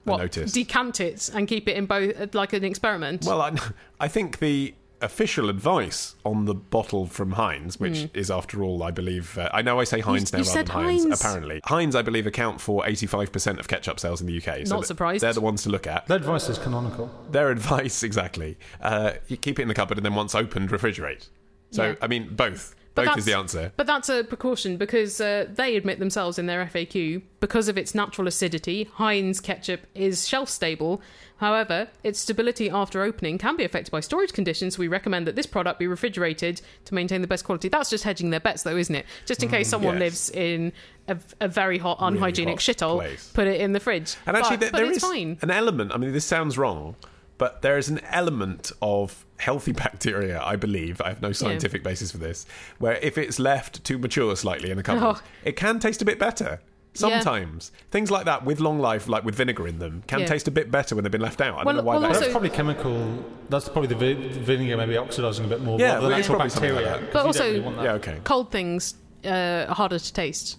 Speaker 1: What,
Speaker 2: I noticed.
Speaker 1: Decant it and keep it in both, like an experiment.
Speaker 2: well, I, I think the official advice on the bottle from Heinz, which is after all, I believe, uh, I know I say Heinz now
Speaker 1: Hmm. you
Speaker 2: rather
Speaker 1: said
Speaker 2: than Heinz,
Speaker 1: Heinz.
Speaker 2: Apparently, Heinz, I believe, account for eighty-five percent of ketchup sales in the UK.
Speaker 1: Not
Speaker 2: th-
Speaker 1: surprised.
Speaker 2: They're the ones to look at.
Speaker 3: Their advice is canonical.
Speaker 2: Their advice exactly. Uh, you keep it in the cupboard and then once opened, refrigerate. So
Speaker 1: Yeah.
Speaker 2: I mean, both. Both
Speaker 1: that's-
Speaker 2: is the answer.
Speaker 1: But that's a precaution because uh, they admit themselves in their FAQ because of its natural acidity, Heinz ketchup is shelf stable. However, its stability after opening can be affected by storage conditions. We recommend that this product be refrigerated to maintain the best quality. That's just hedging their bets, though, isn't it? Just in case someone
Speaker 2: Mm,
Speaker 1: lives
Speaker 2: yes.
Speaker 1: in a, a very hot, unhygienic
Speaker 2: hot
Speaker 1: shithole,
Speaker 2: place.
Speaker 1: put it in the fridge.
Speaker 2: And actually,
Speaker 1: but,
Speaker 2: there,
Speaker 1: but
Speaker 2: there
Speaker 1: it's
Speaker 2: is
Speaker 1: fine.
Speaker 2: an element. I mean, this sounds wrong, but there is an element of healthy bacteria, I believe. I have no scientific basis for this, where if it's left to mature slightly in a cupboard,
Speaker 1: Oh.
Speaker 2: it can taste a bit better. Sometimes things like that with long life, like with vinegar in them, can
Speaker 1: Yeah.
Speaker 2: taste a bit better when they've been left out. I
Speaker 1: Well,
Speaker 2: don't know why
Speaker 1: well,
Speaker 2: that is.
Speaker 1: also-
Speaker 3: that's probably chemical. That's probably the vi- vinegar maybe oxidizing a bit more.
Speaker 2: Yeah,
Speaker 3: rather
Speaker 2: it's
Speaker 3: than actual
Speaker 2: probably something like
Speaker 3: bacteria.
Speaker 2: that.
Speaker 3: 'cause
Speaker 1: But
Speaker 3: you don't
Speaker 1: also-
Speaker 3: really want that.
Speaker 2: Yeah, okay.
Speaker 1: cold things uh, are harder to taste.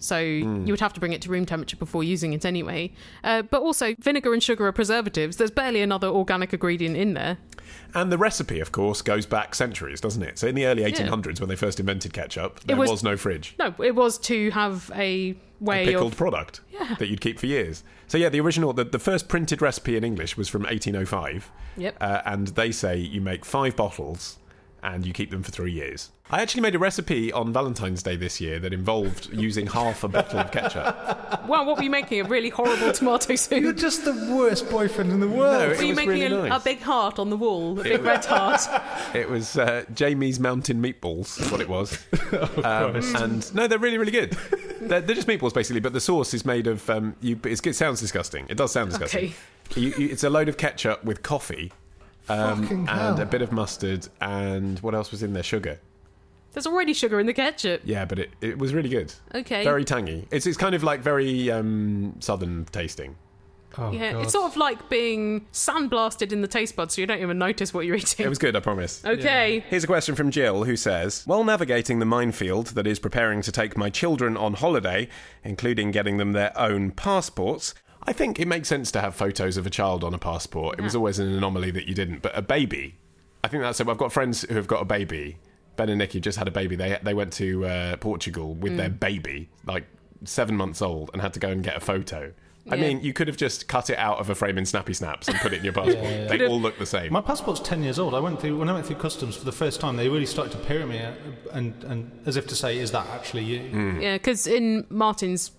Speaker 1: So
Speaker 2: Hmm.
Speaker 1: you would have to bring it to room temperature before using it anyway. Uh, but also, vinegar and sugar are preservatives. There's barely another organic ingredient in there.
Speaker 2: And the recipe, of course, goes back centuries, doesn't it? So in the early 1800s, when they first invented ketchup, there
Speaker 1: was-
Speaker 2: was, no fridge.
Speaker 1: No, it was to have a way
Speaker 2: pickled
Speaker 1: of
Speaker 2: product that you'd keep for years. So yeah, the original, the, the first printed recipe in English was from 1805.
Speaker 1: Yep.
Speaker 2: Uh, and they say you make five bottles and you keep them for three years. I actually made a recipe on Valentine's Day this year that involved using half a bottle of ketchup.
Speaker 1: wow. What were you making? A really horrible tomato
Speaker 3: You're
Speaker 1: soup.
Speaker 3: just the worst boyfriend in the world.
Speaker 2: No,
Speaker 1: Were you
Speaker 2: was
Speaker 1: making
Speaker 2: really
Speaker 1: a,
Speaker 2: nice.
Speaker 1: a big heart on the wall, a big red heart?
Speaker 2: It was uh, Jamie's Mountain Meatballs, is what it was. um, and no, they're really, really good. They're, they're just meatballs basically, but the sauce is made of. Um, you, it's, it sounds disgusting. It does sound disgusting. You, you, it's a load of ketchup with coffee um,
Speaker 3: Fucking
Speaker 2: and
Speaker 3: hell.
Speaker 2: a bit of mustard and what else was in there? Sugar.
Speaker 1: There's already sugar in the ketchup.
Speaker 2: Yeah, but it, it was really good.
Speaker 1: Okay.
Speaker 2: Very tangy. It's it's kind of like very um, southern tasting.
Speaker 3: Oh,
Speaker 1: yeah,
Speaker 3: God.
Speaker 1: it's sort of like being sandblasted in the taste buds, so you don't even notice what you're eating.
Speaker 2: It was good, I promise.
Speaker 1: okay.
Speaker 2: Here's a question from Jill who says While navigating the minefield that is preparing to take my children on holiday, including getting them their own passports, I think it makes sense to have photos of a child on a passport. It was always an anomaly that you didn't, but a baby. I think that's it. I've got friends who have got a baby. Ben and Nikki just had a baby. They, they went to uh, Portugal with their baby, like seven months old, and had to go and get a photo. I
Speaker 1: Yeah.
Speaker 2: mean, you could have just cut it out of a frame in Snappy Snaps and put it in your passport. They all look the same.
Speaker 3: My passport's ten years old. I went through when I went through customs for the first time. They really started to peer at me uh, and, and as if to say, "Is that actually you?"
Speaker 1: Yeah, because in Martin's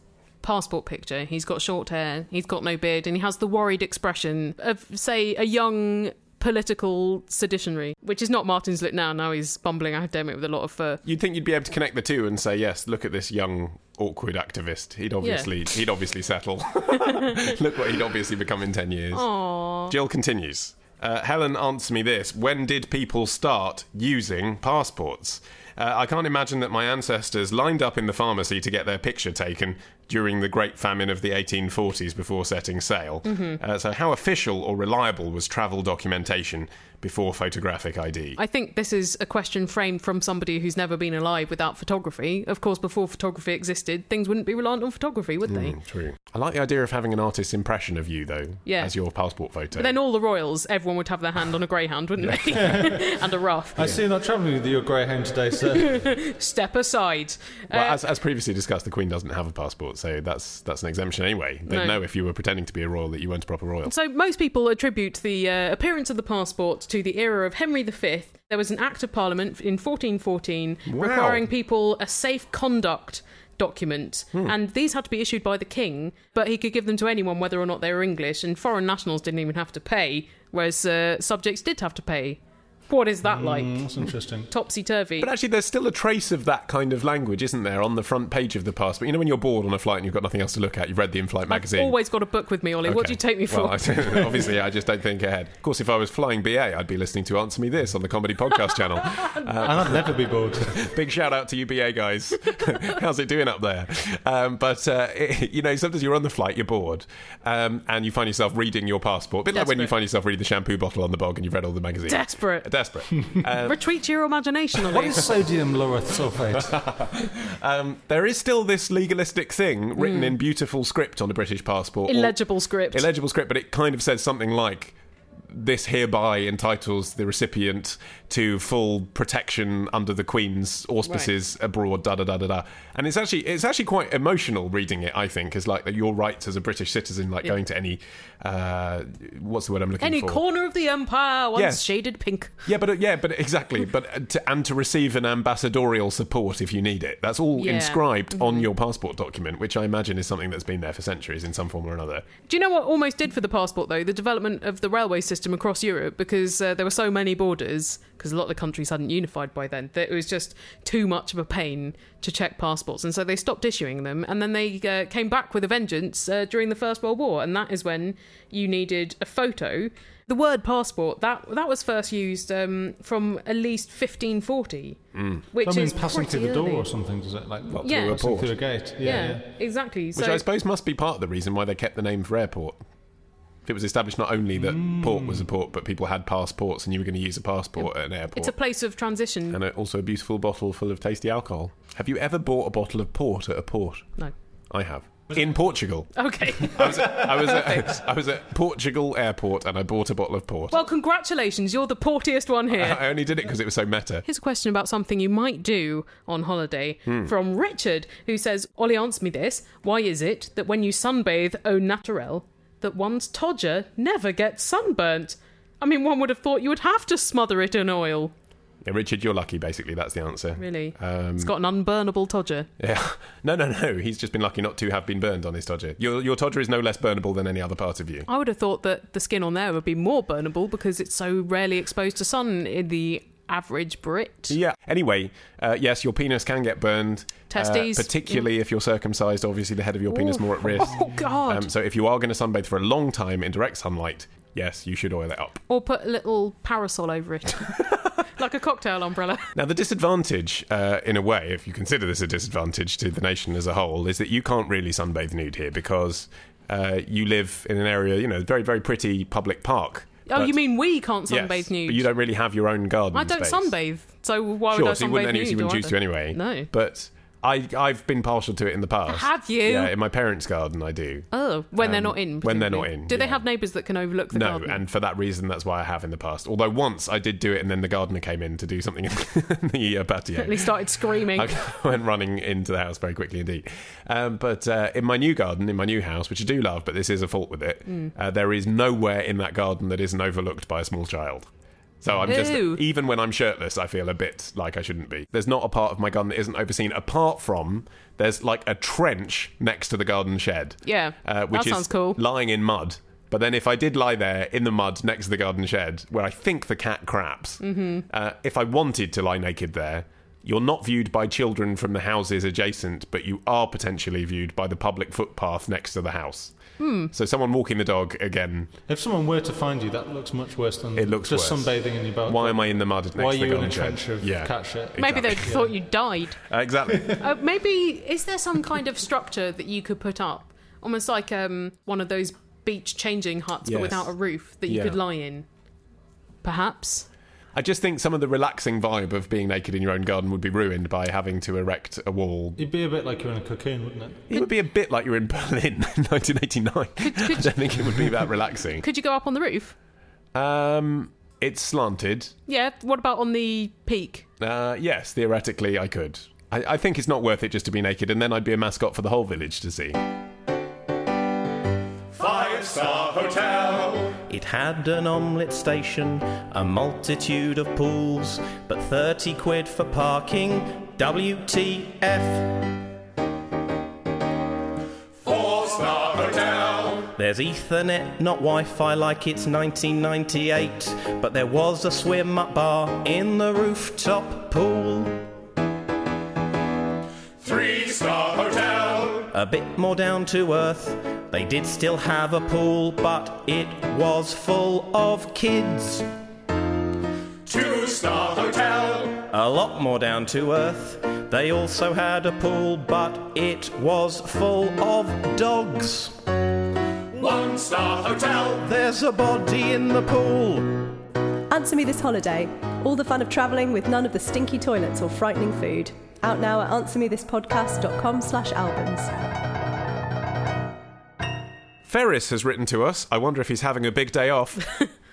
Speaker 1: passport picture, he's got short hair, he's got no beard, and he has the worried expression of, say, a young political seditionary, which is not Martin's look now. Now he's bumbling academic with a lot of fur.
Speaker 2: You'd think you'd be able to connect the two and say, "Yes, look at this young awkward activist. He'd obviously he'd obviously settle. look what he'd obviously become in ten years." Jill continues. Uh, Helen, answer me this: When did people start using passports? Uh, I can't imagine that my ancestors lined up in the pharmacy to get their picture taken during the Great Famine of the 1840s before setting sail. Uh, so, how official or reliable was travel documentation before photographic ID?
Speaker 1: I think this is a question framed from somebody who's never been alive without photography. Of course, before photography existed, things wouldn't be reliant on photography, would they?
Speaker 2: True. I like the idea of having an artist's impression of you, though,
Speaker 1: Yeah.
Speaker 2: as your passport photo.
Speaker 1: Then all the royals, everyone would have their hand on a greyhound, wouldn't they? and a ruff.
Speaker 3: I see you're not travelling with your greyhound today, sir.
Speaker 1: Step aside.
Speaker 2: well,
Speaker 1: uh,
Speaker 2: as, as previously discussed, the Queen doesn't have a passport, so that's that's an exemption anyway. They'd
Speaker 1: No.
Speaker 2: know if you were pretending to be a royal that you weren't a proper royal.
Speaker 1: So most people attribute the uh, appearance of the passport to the era of Henry V. There was an Act of Parliament in 1414
Speaker 2: Wow.
Speaker 1: requiring people a safe conduct document,
Speaker 2: Hmm.
Speaker 1: and these had to be issued by the king, but he could give them to anyone whether or not they were English, and foreign nationals didn't even have to pay, whereas uh, subjects did have to pay. What is that like?
Speaker 3: That's interesting.
Speaker 1: Topsy turvy.
Speaker 2: Hmm. But actually, there's still a trace of that kind of language, isn't there, on the front page of the passport? You know, when you're bored on a flight and you've got nothing else to look at, you've read the in-flight magazine.
Speaker 1: Always got a book with me, Ollie. What
Speaker 2: Okay.
Speaker 1: do you take me for?
Speaker 2: Well, I- obviously, I just don't think ahead. Of course, if I was flying BA, I'd be listening to Answer Me This on the Comedy Podcast channel.
Speaker 3: and I'd never be bored.
Speaker 2: Big shout out to you, BA guys. How's it doing up there? Um, but uh, it- you know, sometimes you're on the flight, you're bored, um, and you find yourself reading your passport. A bit like when you
Speaker 1: Desperate.
Speaker 2: find yourself reading the shampoo bottle on the bog and you've read all the magazines.
Speaker 1: Desperate.
Speaker 2: Desperate.
Speaker 1: Retreat to your imagination, Ollie.
Speaker 3: what is sodium lauryl sulfate?
Speaker 2: um, there is still this legalistic thing written in beautiful script on a British passport. or-
Speaker 1: Hmm. Illegible script.
Speaker 2: Illegible script, but it kind of says something like this hereby entitles the recipient to full protection under the Queen's auspices abroad, da da da da da. And it's actually it's actually quite emotional reading it. I think is like that your rights as a British citizen, like going to any uh, what's the word I'm looking
Speaker 1: Any
Speaker 2: for?
Speaker 1: corner of the empire once
Speaker 2: Yes.
Speaker 1: shaded pink.
Speaker 2: Yeah, but uh, yeah, but exactly. But uh, to, and to receive an ambassadorial support if you need it. That's all
Speaker 1: Yeah. Mm-hmm.
Speaker 2: inscribed on your passport document, which I imagine is something that's been there for centuries in some form or another.
Speaker 1: Do you know what almost did for the passport though? The development of the railway system across Europe because uh, there were so many borders because a lot of the countries hadn't unified by then that it was just too much of a pain to check passports, and so they stopped issuing them. And then they uh, came back with a vengeance uh, during the First World War, and that is when you needed a photo. The word passport that that was first used um, from at least 1540,
Speaker 2: Mm.
Speaker 1: which
Speaker 3: That means
Speaker 1: is
Speaker 3: passing through
Speaker 1: pretty
Speaker 3: the door
Speaker 1: early.
Speaker 3: or something, does it? Like
Speaker 2: Well,
Speaker 1: Yeah.
Speaker 2: through a
Speaker 3: passing
Speaker 2: port.
Speaker 3: through a gate.
Speaker 1: Yeah,
Speaker 3: Yeah, yeah.
Speaker 1: exactly.
Speaker 2: Which
Speaker 1: so
Speaker 2: I suppose must be part of the reason why they kept the name for airport. It was established not only that port was a port, but people had passports, and you were going to use a passport at an airport.
Speaker 1: it's a place of transition.
Speaker 2: and also a beautiful bottle full of tasty alcohol. Have you ever bought a bottle of port at a port?
Speaker 1: No.
Speaker 2: I have. In Portugal.
Speaker 1: Okay.
Speaker 2: I was, at, I, was at, I was at Portugal airport and I bought a bottle of port.
Speaker 1: Well, congratulations, you're the portiest one here.
Speaker 2: I only did it because it was so meta.
Speaker 1: Here's a question about something you might do on holiday from Richard, who says, Ollie, answer me this. Why is it that when you sunbathe au naturel, that one's todger never gets sunburnt? I mean, one would have thought you would have to smother it in oil.
Speaker 2: Yeah, Richard, you're lucky, basically. That's the answer.
Speaker 1: Really?
Speaker 2: Um,
Speaker 1: It's got an unburnable todger.
Speaker 2: yeah. No, no, no. He's just been lucky not to have been burned on his Todger. Your, your Todger is no less burnable than any other part of you.
Speaker 1: I would have thought that the skin on there would be more burnable because it's so rarely exposed to sun in the average Brit.
Speaker 2: Yeah. Anyway, uh, yes, your penis can get burned. uh,
Speaker 1: Testes.
Speaker 2: particularly if you're circumcised, obviously, the head of your penis more at risk.
Speaker 1: Oh, God.
Speaker 2: Um, so if you are going to sunbathe for a long time in direct sunlight, yes, you should oil it up.
Speaker 1: or put a little parasol over it, like a cocktail umbrella.
Speaker 2: Now, the disadvantage, uh, in a way, if you consider this a disadvantage to the nation as a whole, is that you can't really sunbathe nude here because uh, you live in an area, you know, very, very pretty public park.
Speaker 1: Oh,
Speaker 2: But-
Speaker 1: you mean we can't
Speaker 2: Yes,
Speaker 1: sunbathe nude?
Speaker 2: But you don't really have your own garden.
Speaker 1: I don't
Speaker 2: space.
Speaker 1: sunbathe, so why would I
Speaker 2: Sure,
Speaker 1: sunbathe
Speaker 2: so you wouldn't, anyway,
Speaker 1: nude?
Speaker 2: so you wouldn't
Speaker 1: or
Speaker 2: choose to anyway.
Speaker 1: No.
Speaker 2: But I, I've been partial to it in the past.
Speaker 1: Have you?
Speaker 2: Yeah, in my parents' garden, I do.
Speaker 1: Oh, when they're
Speaker 2: Um,
Speaker 1: not in.
Speaker 2: when they're not
Speaker 1: presumably.
Speaker 2: in,
Speaker 1: Do they
Speaker 2: yeah.
Speaker 1: have neighbours that can overlook the
Speaker 2: no,
Speaker 1: garden?
Speaker 2: and for that reason, that's why I have in the past. Although once I did do it, and then the gardener came in to do something in the uh, patio.
Speaker 1: and he started screaming.
Speaker 2: I went running into the house very quickly indeed. Um, but uh, in my new garden, in my new house, which I do love, but this is a fault with it, uh, there is nowhere in that garden that isn't overlooked by a small child. So I'm just
Speaker 1: Ew.
Speaker 2: even when I'm shirtless, I feel a bit like I shouldn't be. There's not a part of my garden that isn't overseen. Apart from there's like a trench next to the garden shed.
Speaker 1: Yeah,
Speaker 2: uh, which
Speaker 1: that
Speaker 2: is
Speaker 1: sounds cool.
Speaker 2: lying in mud. But then if I did lie there in the mud next to the garden shed, where I think the cat craps,
Speaker 1: Mm-hmm.
Speaker 2: uh, if I wanted to lie naked there, you're not viewed by children from the houses adjacent, but you are potentially viewed by the public footpath next to the house.
Speaker 1: Hmm.
Speaker 2: So someone walking the dog again.
Speaker 3: If someone were to find you, that looks much worse than
Speaker 2: It looks
Speaker 3: just
Speaker 2: worse.
Speaker 3: sunbathing in your balcony.
Speaker 2: Why am I in the mud next
Speaker 3: Why are
Speaker 2: to the
Speaker 3: you in
Speaker 2: garden
Speaker 3: a trench
Speaker 2: shed?
Speaker 3: of cat shit?
Speaker 1: Maybe they
Speaker 2: exactly.
Speaker 1: thought you died.
Speaker 2: Uh, exactly.
Speaker 1: Uh, maybe is there some kind of structure that you could put up, almost like um, one of those beach changing huts,
Speaker 2: Yes.
Speaker 1: but without a roof that you
Speaker 2: Yeah.
Speaker 1: could lie in? Perhaps.
Speaker 2: I just think some of the relaxing vibe of being naked in your own garden would be ruined by having to erect a wall.
Speaker 3: It'd be a bit like you're in a cocoon, wouldn't it?
Speaker 2: It would be a bit like you're in Berlin in 1989. I don't think it would be that relaxing.
Speaker 1: Could you go up on the roof?
Speaker 2: Um, it's slanted.
Speaker 1: Yeah. What about on the peak?
Speaker 2: Uh, yes, theoretically, I could. I, I think it's not worth it just to be naked, and then I'd be a mascot for the whole village to see.
Speaker 5: Five Star Hotel. It had an omelette station, a multitude of pools, but 30 quid for parking. WTF. Four Star Hotel. There's Ethernet, not Wi Fi like it's 1998, but there was a swim up bar in the rooftop pool. Three Star Hotel. A bit more down to earth. They did still have a pool, but it was full of kids. Two Star Hotel. A lot more down to earth. They also had a pool, but it was full of dogs. One Star Hotel. There's a body in the pool.
Speaker 7: Answer me this holiday. All the fun of travelling with none of the stinky toilets or frightening food. Out now at answermethispodcast.com slash albums.
Speaker 2: Ferris has written to us. I wonder if he's having a big day off.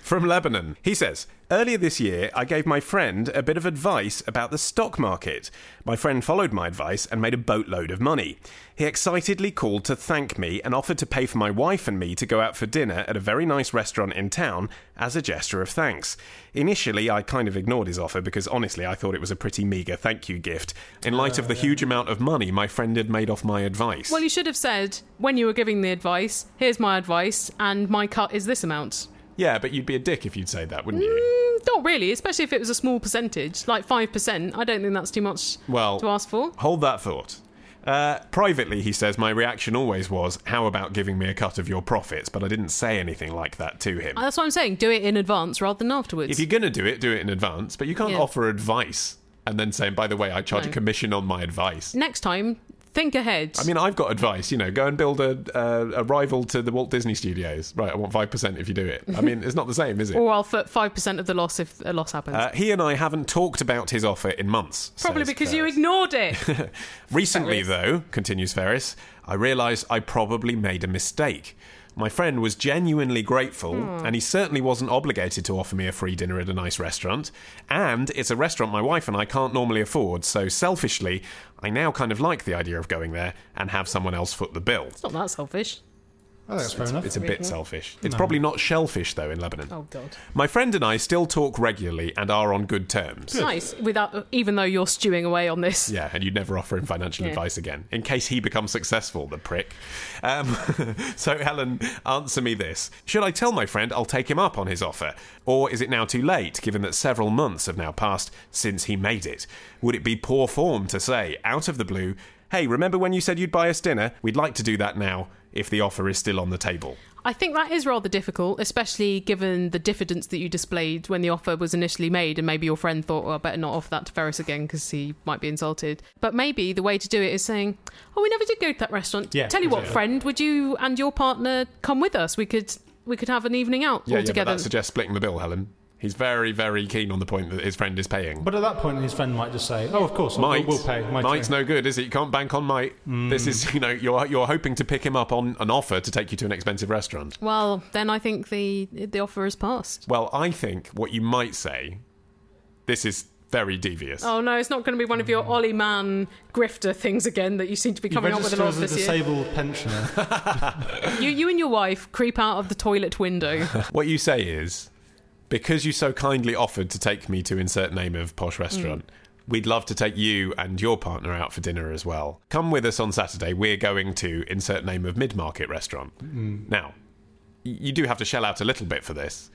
Speaker 2: from Lebanon. He says, Earlier this year, I gave my friend a bit of advice about the stock market. My friend followed my advice and made a boatload of money. He excitedly called to thank me and offered to pay for my wife and me to go out for dinner at a very nice restaurant in town as a gesture of thanks. Initially, I kind of ignored his offer because honestly, I thought it was a pretty meagre thank you gift in light of the huge amount of money my friend had made off my advice.
Speaker 1: Well, you should have said when you were giving the advice, here's my advice, and my cut is this amount.
Speaker 2: yeah, but you'd be a dick if you'd say that, wouldn't you?
Speaker 1: Mm, Not really, especially if it was a small percentage, like 5%. I don't think that's too much
Speaker 2: Well-
Speaker 1: to ask for.
Speaker 2: Hold that thought. Uh, privately, he says, my reaction always was, How about giving me a cut of your profits? But I didn't say anything like that to him.
Speaker 1: That's what I'm saying. Do it in advance rather than afterwards.
Speaker 2: if you're going to do it, do it in advance, but you can't
Speaker 1: Yeah.
Speaker 2: offer advice and then saying, By the way, I charge
Speaker 1: No.
Speaker 2: a commission on my advice.
Speaker 1: Next time, think ahead.
Speaker 2: I mean, I've got advice, you know, go and build a, uh, a rival to the Walt Disney Studios. Right, I want 5% if you do it. I mean, it's not the same, is it?
Speaker 1: or I'll foot 5% of the loss if a loss happens.
Speaker 2: Uh, he and I haven't talked about his offer in months.
Speaker 1: Probably
Speaker 2: says
Speaker 1: because you
Speaker 2: Ferris.
Speaker 1: ignored it.
Speaker 2: Recently, though, continues Ferris, I realised I probably made a mistake. My friend was genuinely grateful,
Speaker 1: Hmm.
Speaker 2: and he certainly wasn't obligated to offer me a free dinner at a nice restaurant. And it's a restaurant my wife and I can't normally afford, so selfishly, I now kind of like the idea of going there and have someone else foot the bill.
Speaker 1: Not that selfish.
Speaker 3: I think that's fair enough.
Speaker 2: It's a bit selfish. It's probably not shellfish, though, in Lebanon.
Speaker 1: Mm-hmm. Oh, God.
Speaker 2: My friend and I still talk regularly and are on good terms.
Speaker 1: Nice. Without, even though you're stewing away on this.
Speaker 2: Yeah, and you'd never offer him financial
Speaker 1: Yeah.
Speaker 2: advice again in case he becomes successful, the prick. Um, so, Helen, answer me this. Should I tell my friend I'll take him up on his offer? Or is it now too late, given that several months have now passed since he made it? Would it be poor form to say, out of the blue, hey, remember when you said you'd buy us dinner? We'd like to do that now if the offer is still on the table.
Speaker 1: I think that is rather difficult, especially given the diffidence that you displayed when the offer was initially made, and maybe your friend thought, "Well, I better not offer that to Ferris again because he might be insulted." But maybe the way to do it is saying, "Oh, we never did go to that restaurant.
Speaker 3: Yeah,
Speaker 1: Tell you what,
Speaker 3: exactly.
Speaker 1: friend, would you and your partner come with us? We could we could have an evening out all
Speaker 2: Yeah, yeah, but
Speaker 1: together."
Speaker 2: that suggests splitting the bill, Helen. He's very, very keen on the point that his friend is paying.
Speaker 3: But at that point, his friend might just say, "Oh, of course,
Speaker 2: Might.
Speaker 3: we'll, we'll pay." Might,
Speaker 2: Might's
Speaker 3: yeah.
Speaker 2: no good, is it? You can't bank on might. This is, you know, you're you're hoping to pick him up on an offer to take you to an expensive restaurant.
Speaker 1: well, then I think the the offer is passed.
Speaker 2: Well, I think what you might say, this is very devious.
Speaker 1: Oh no, it's not going to be one of your Ollie Man grifter things again that you seem to be
Speaker 3: You
Speaker 1: coming up with a
Speaker 3: register
Speaker 1: lot
Speaker 3: as a
Speaker 1: this year.
Speaker 3: disabled pensioner.
Speaker 1: You, you and your wife creep out of the toilet window.
Speaker 2: What you say is, because you so kindly offered to take me to insert name of posh restaurant. We'd love to take you and your partner out for dinner as well. Come with us on Saturday. We're going to insert name of mid market restaurant. Now, y- you do have to shell out a little bit for this,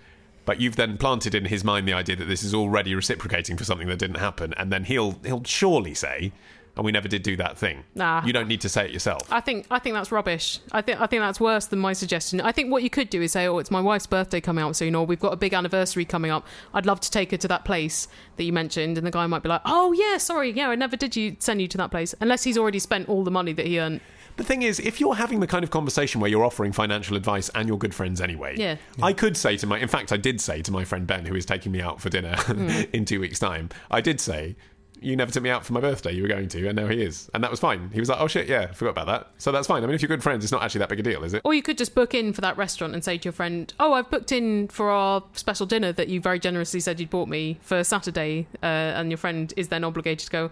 Speaker 2: but you've then planted in his mind the idea that this is already reciprocating for something that didn't happen, and then he'll he'll surely say, "And we never did do that thing."
Speaker 1: Nah.
Speaker 2: You don't need to say it yourself.
Speaker 1: I think I think that's rubbish. I think I think that's worse than my suggestion. I think what you could do is say, "Oh, it's my wife's birthday coming up soon, or we've got a big anniversary coming up. I'd love to take her to that place that you mentioned." And the guy might be like, "Oh yeah, sorry, yeah, I never did you send you to that place, unless he's already spent all the money that he earned."
Speaker 2: The thing is, if you're having the kind of conversation where you're offering financial advice and you're good friends anyway,
Speaker 1: Yeah.
Speaker 2: I could say to my, in fact, I did say to my friend Ben, who is taking me out for dinner in two weeks' time, I did say, you never took me out for my birthday, you were going to, and now he is. And that was fine. He was like, oh shit, yeah, forgot about that. So that's fine. I mean, if you're good friends, it's not actually that big a deal, is it?
Speaker 1: Or you could just book in for that restaurant and say to your friend, "Oh, I've booked in for our special dinner that you very generously said you'd bought me for Saturday," uh, and your friend is then obligated to go.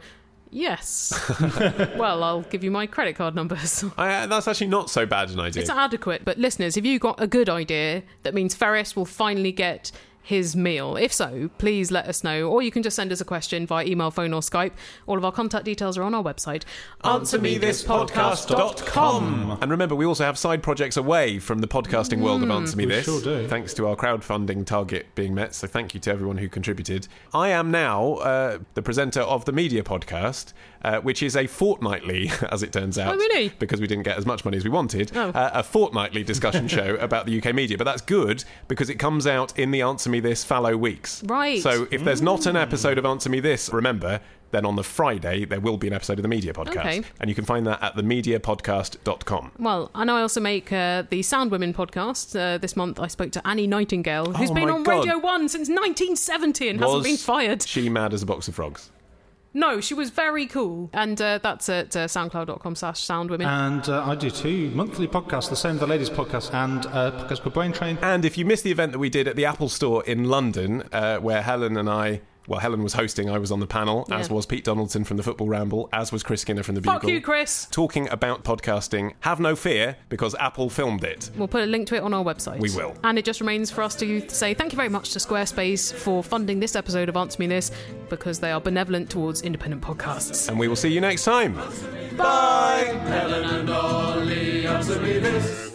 Speaker 1: Yes. well, I'll give you my credit card numbers.
Speaker 2: I, uh, that's actually not so bad an idea.
Speaker 1: It's adequate, but listeners, if you got a good idea that means Ferris will finally get his meal? If so, please let us know, or you can just send us a question via email, phone, or Skype. All of our contact details are on our website.
Speaker 2: answermethispodcast.com. And remember, we also have side projects away from the podcasting world
Speaker 1: Hmm.
Speaker 2: of Answer Me
Speaker 3: We
Speaker 2: This.
Speaker 3: sure do.
Speaker 2: Thanks to our crowdfunding target being met. So thank you to everyone who contributed. I am now uh, the presenter of the media podcast, uh, which is a fortnightly, as it turns out.
Speaker 1: Oh, really? Oh.
Speaker 2: Because we didn't get as much money as we wanted. Uh, a fortnightly discussion show about the UK media. But that's good because it comes out in the Answer Me This fallow weeks.
Speaker 1: Right.
Speaker 2: So if there's not an episode of Answer Me This, remember, then on the Friday, there will be an episode of the media podcast podcast.
Speaker 1: Okay.
Speaker 2: And you can find that at themediapodcast.com.
Speaker 1: Well, and I also make uh, the Sound Women podcast. Uh, this month I spoke to Annie Nightingale, who's
Speaker 2: Oh
Speaker 1: been
Speaker 2: my
Speaker 1: on
Speaker 2: God.
Speaker 1: Radio 1 since 1970 and hasn't been fired.
Speaker 2: She mad as a box of frogs.
Speaker 1: No, she was very cool. And uh, that's at uh, soundcloud.com slash soundwomen.
Speaker 3: And uh, I do two monthly podcasts, the same, the ladies' podcast, and a podcast called Brain Train.
Speaker 2: And if you missed the event that we did at the Apple Store in London, uh, where Helen and I. Well, Helen was hosting. I was on the panel, as
Speaker 1: Yeah.
Speaker 2: was Pete Donaldson from the Football Ramble, as was Chris Skinner from the
Speaker 1: Fuck
Speaker 2: Bugle.
Speaker 1: you, Chris.
Speaker 2: Talking about podcasting, have no fear because Apple filmed it.
Speaker 1: We'll put a link to it on our website.
Speaker 2: We will.
Speaker 1: And it just remains for us to say thank you very much to Squarespace for funding this episode of Answer Me This because they are benevolent towards independent podcasts.
Speaker 2: And we will see you next time.
Speaker 5: Helen and Ollie, answer me this.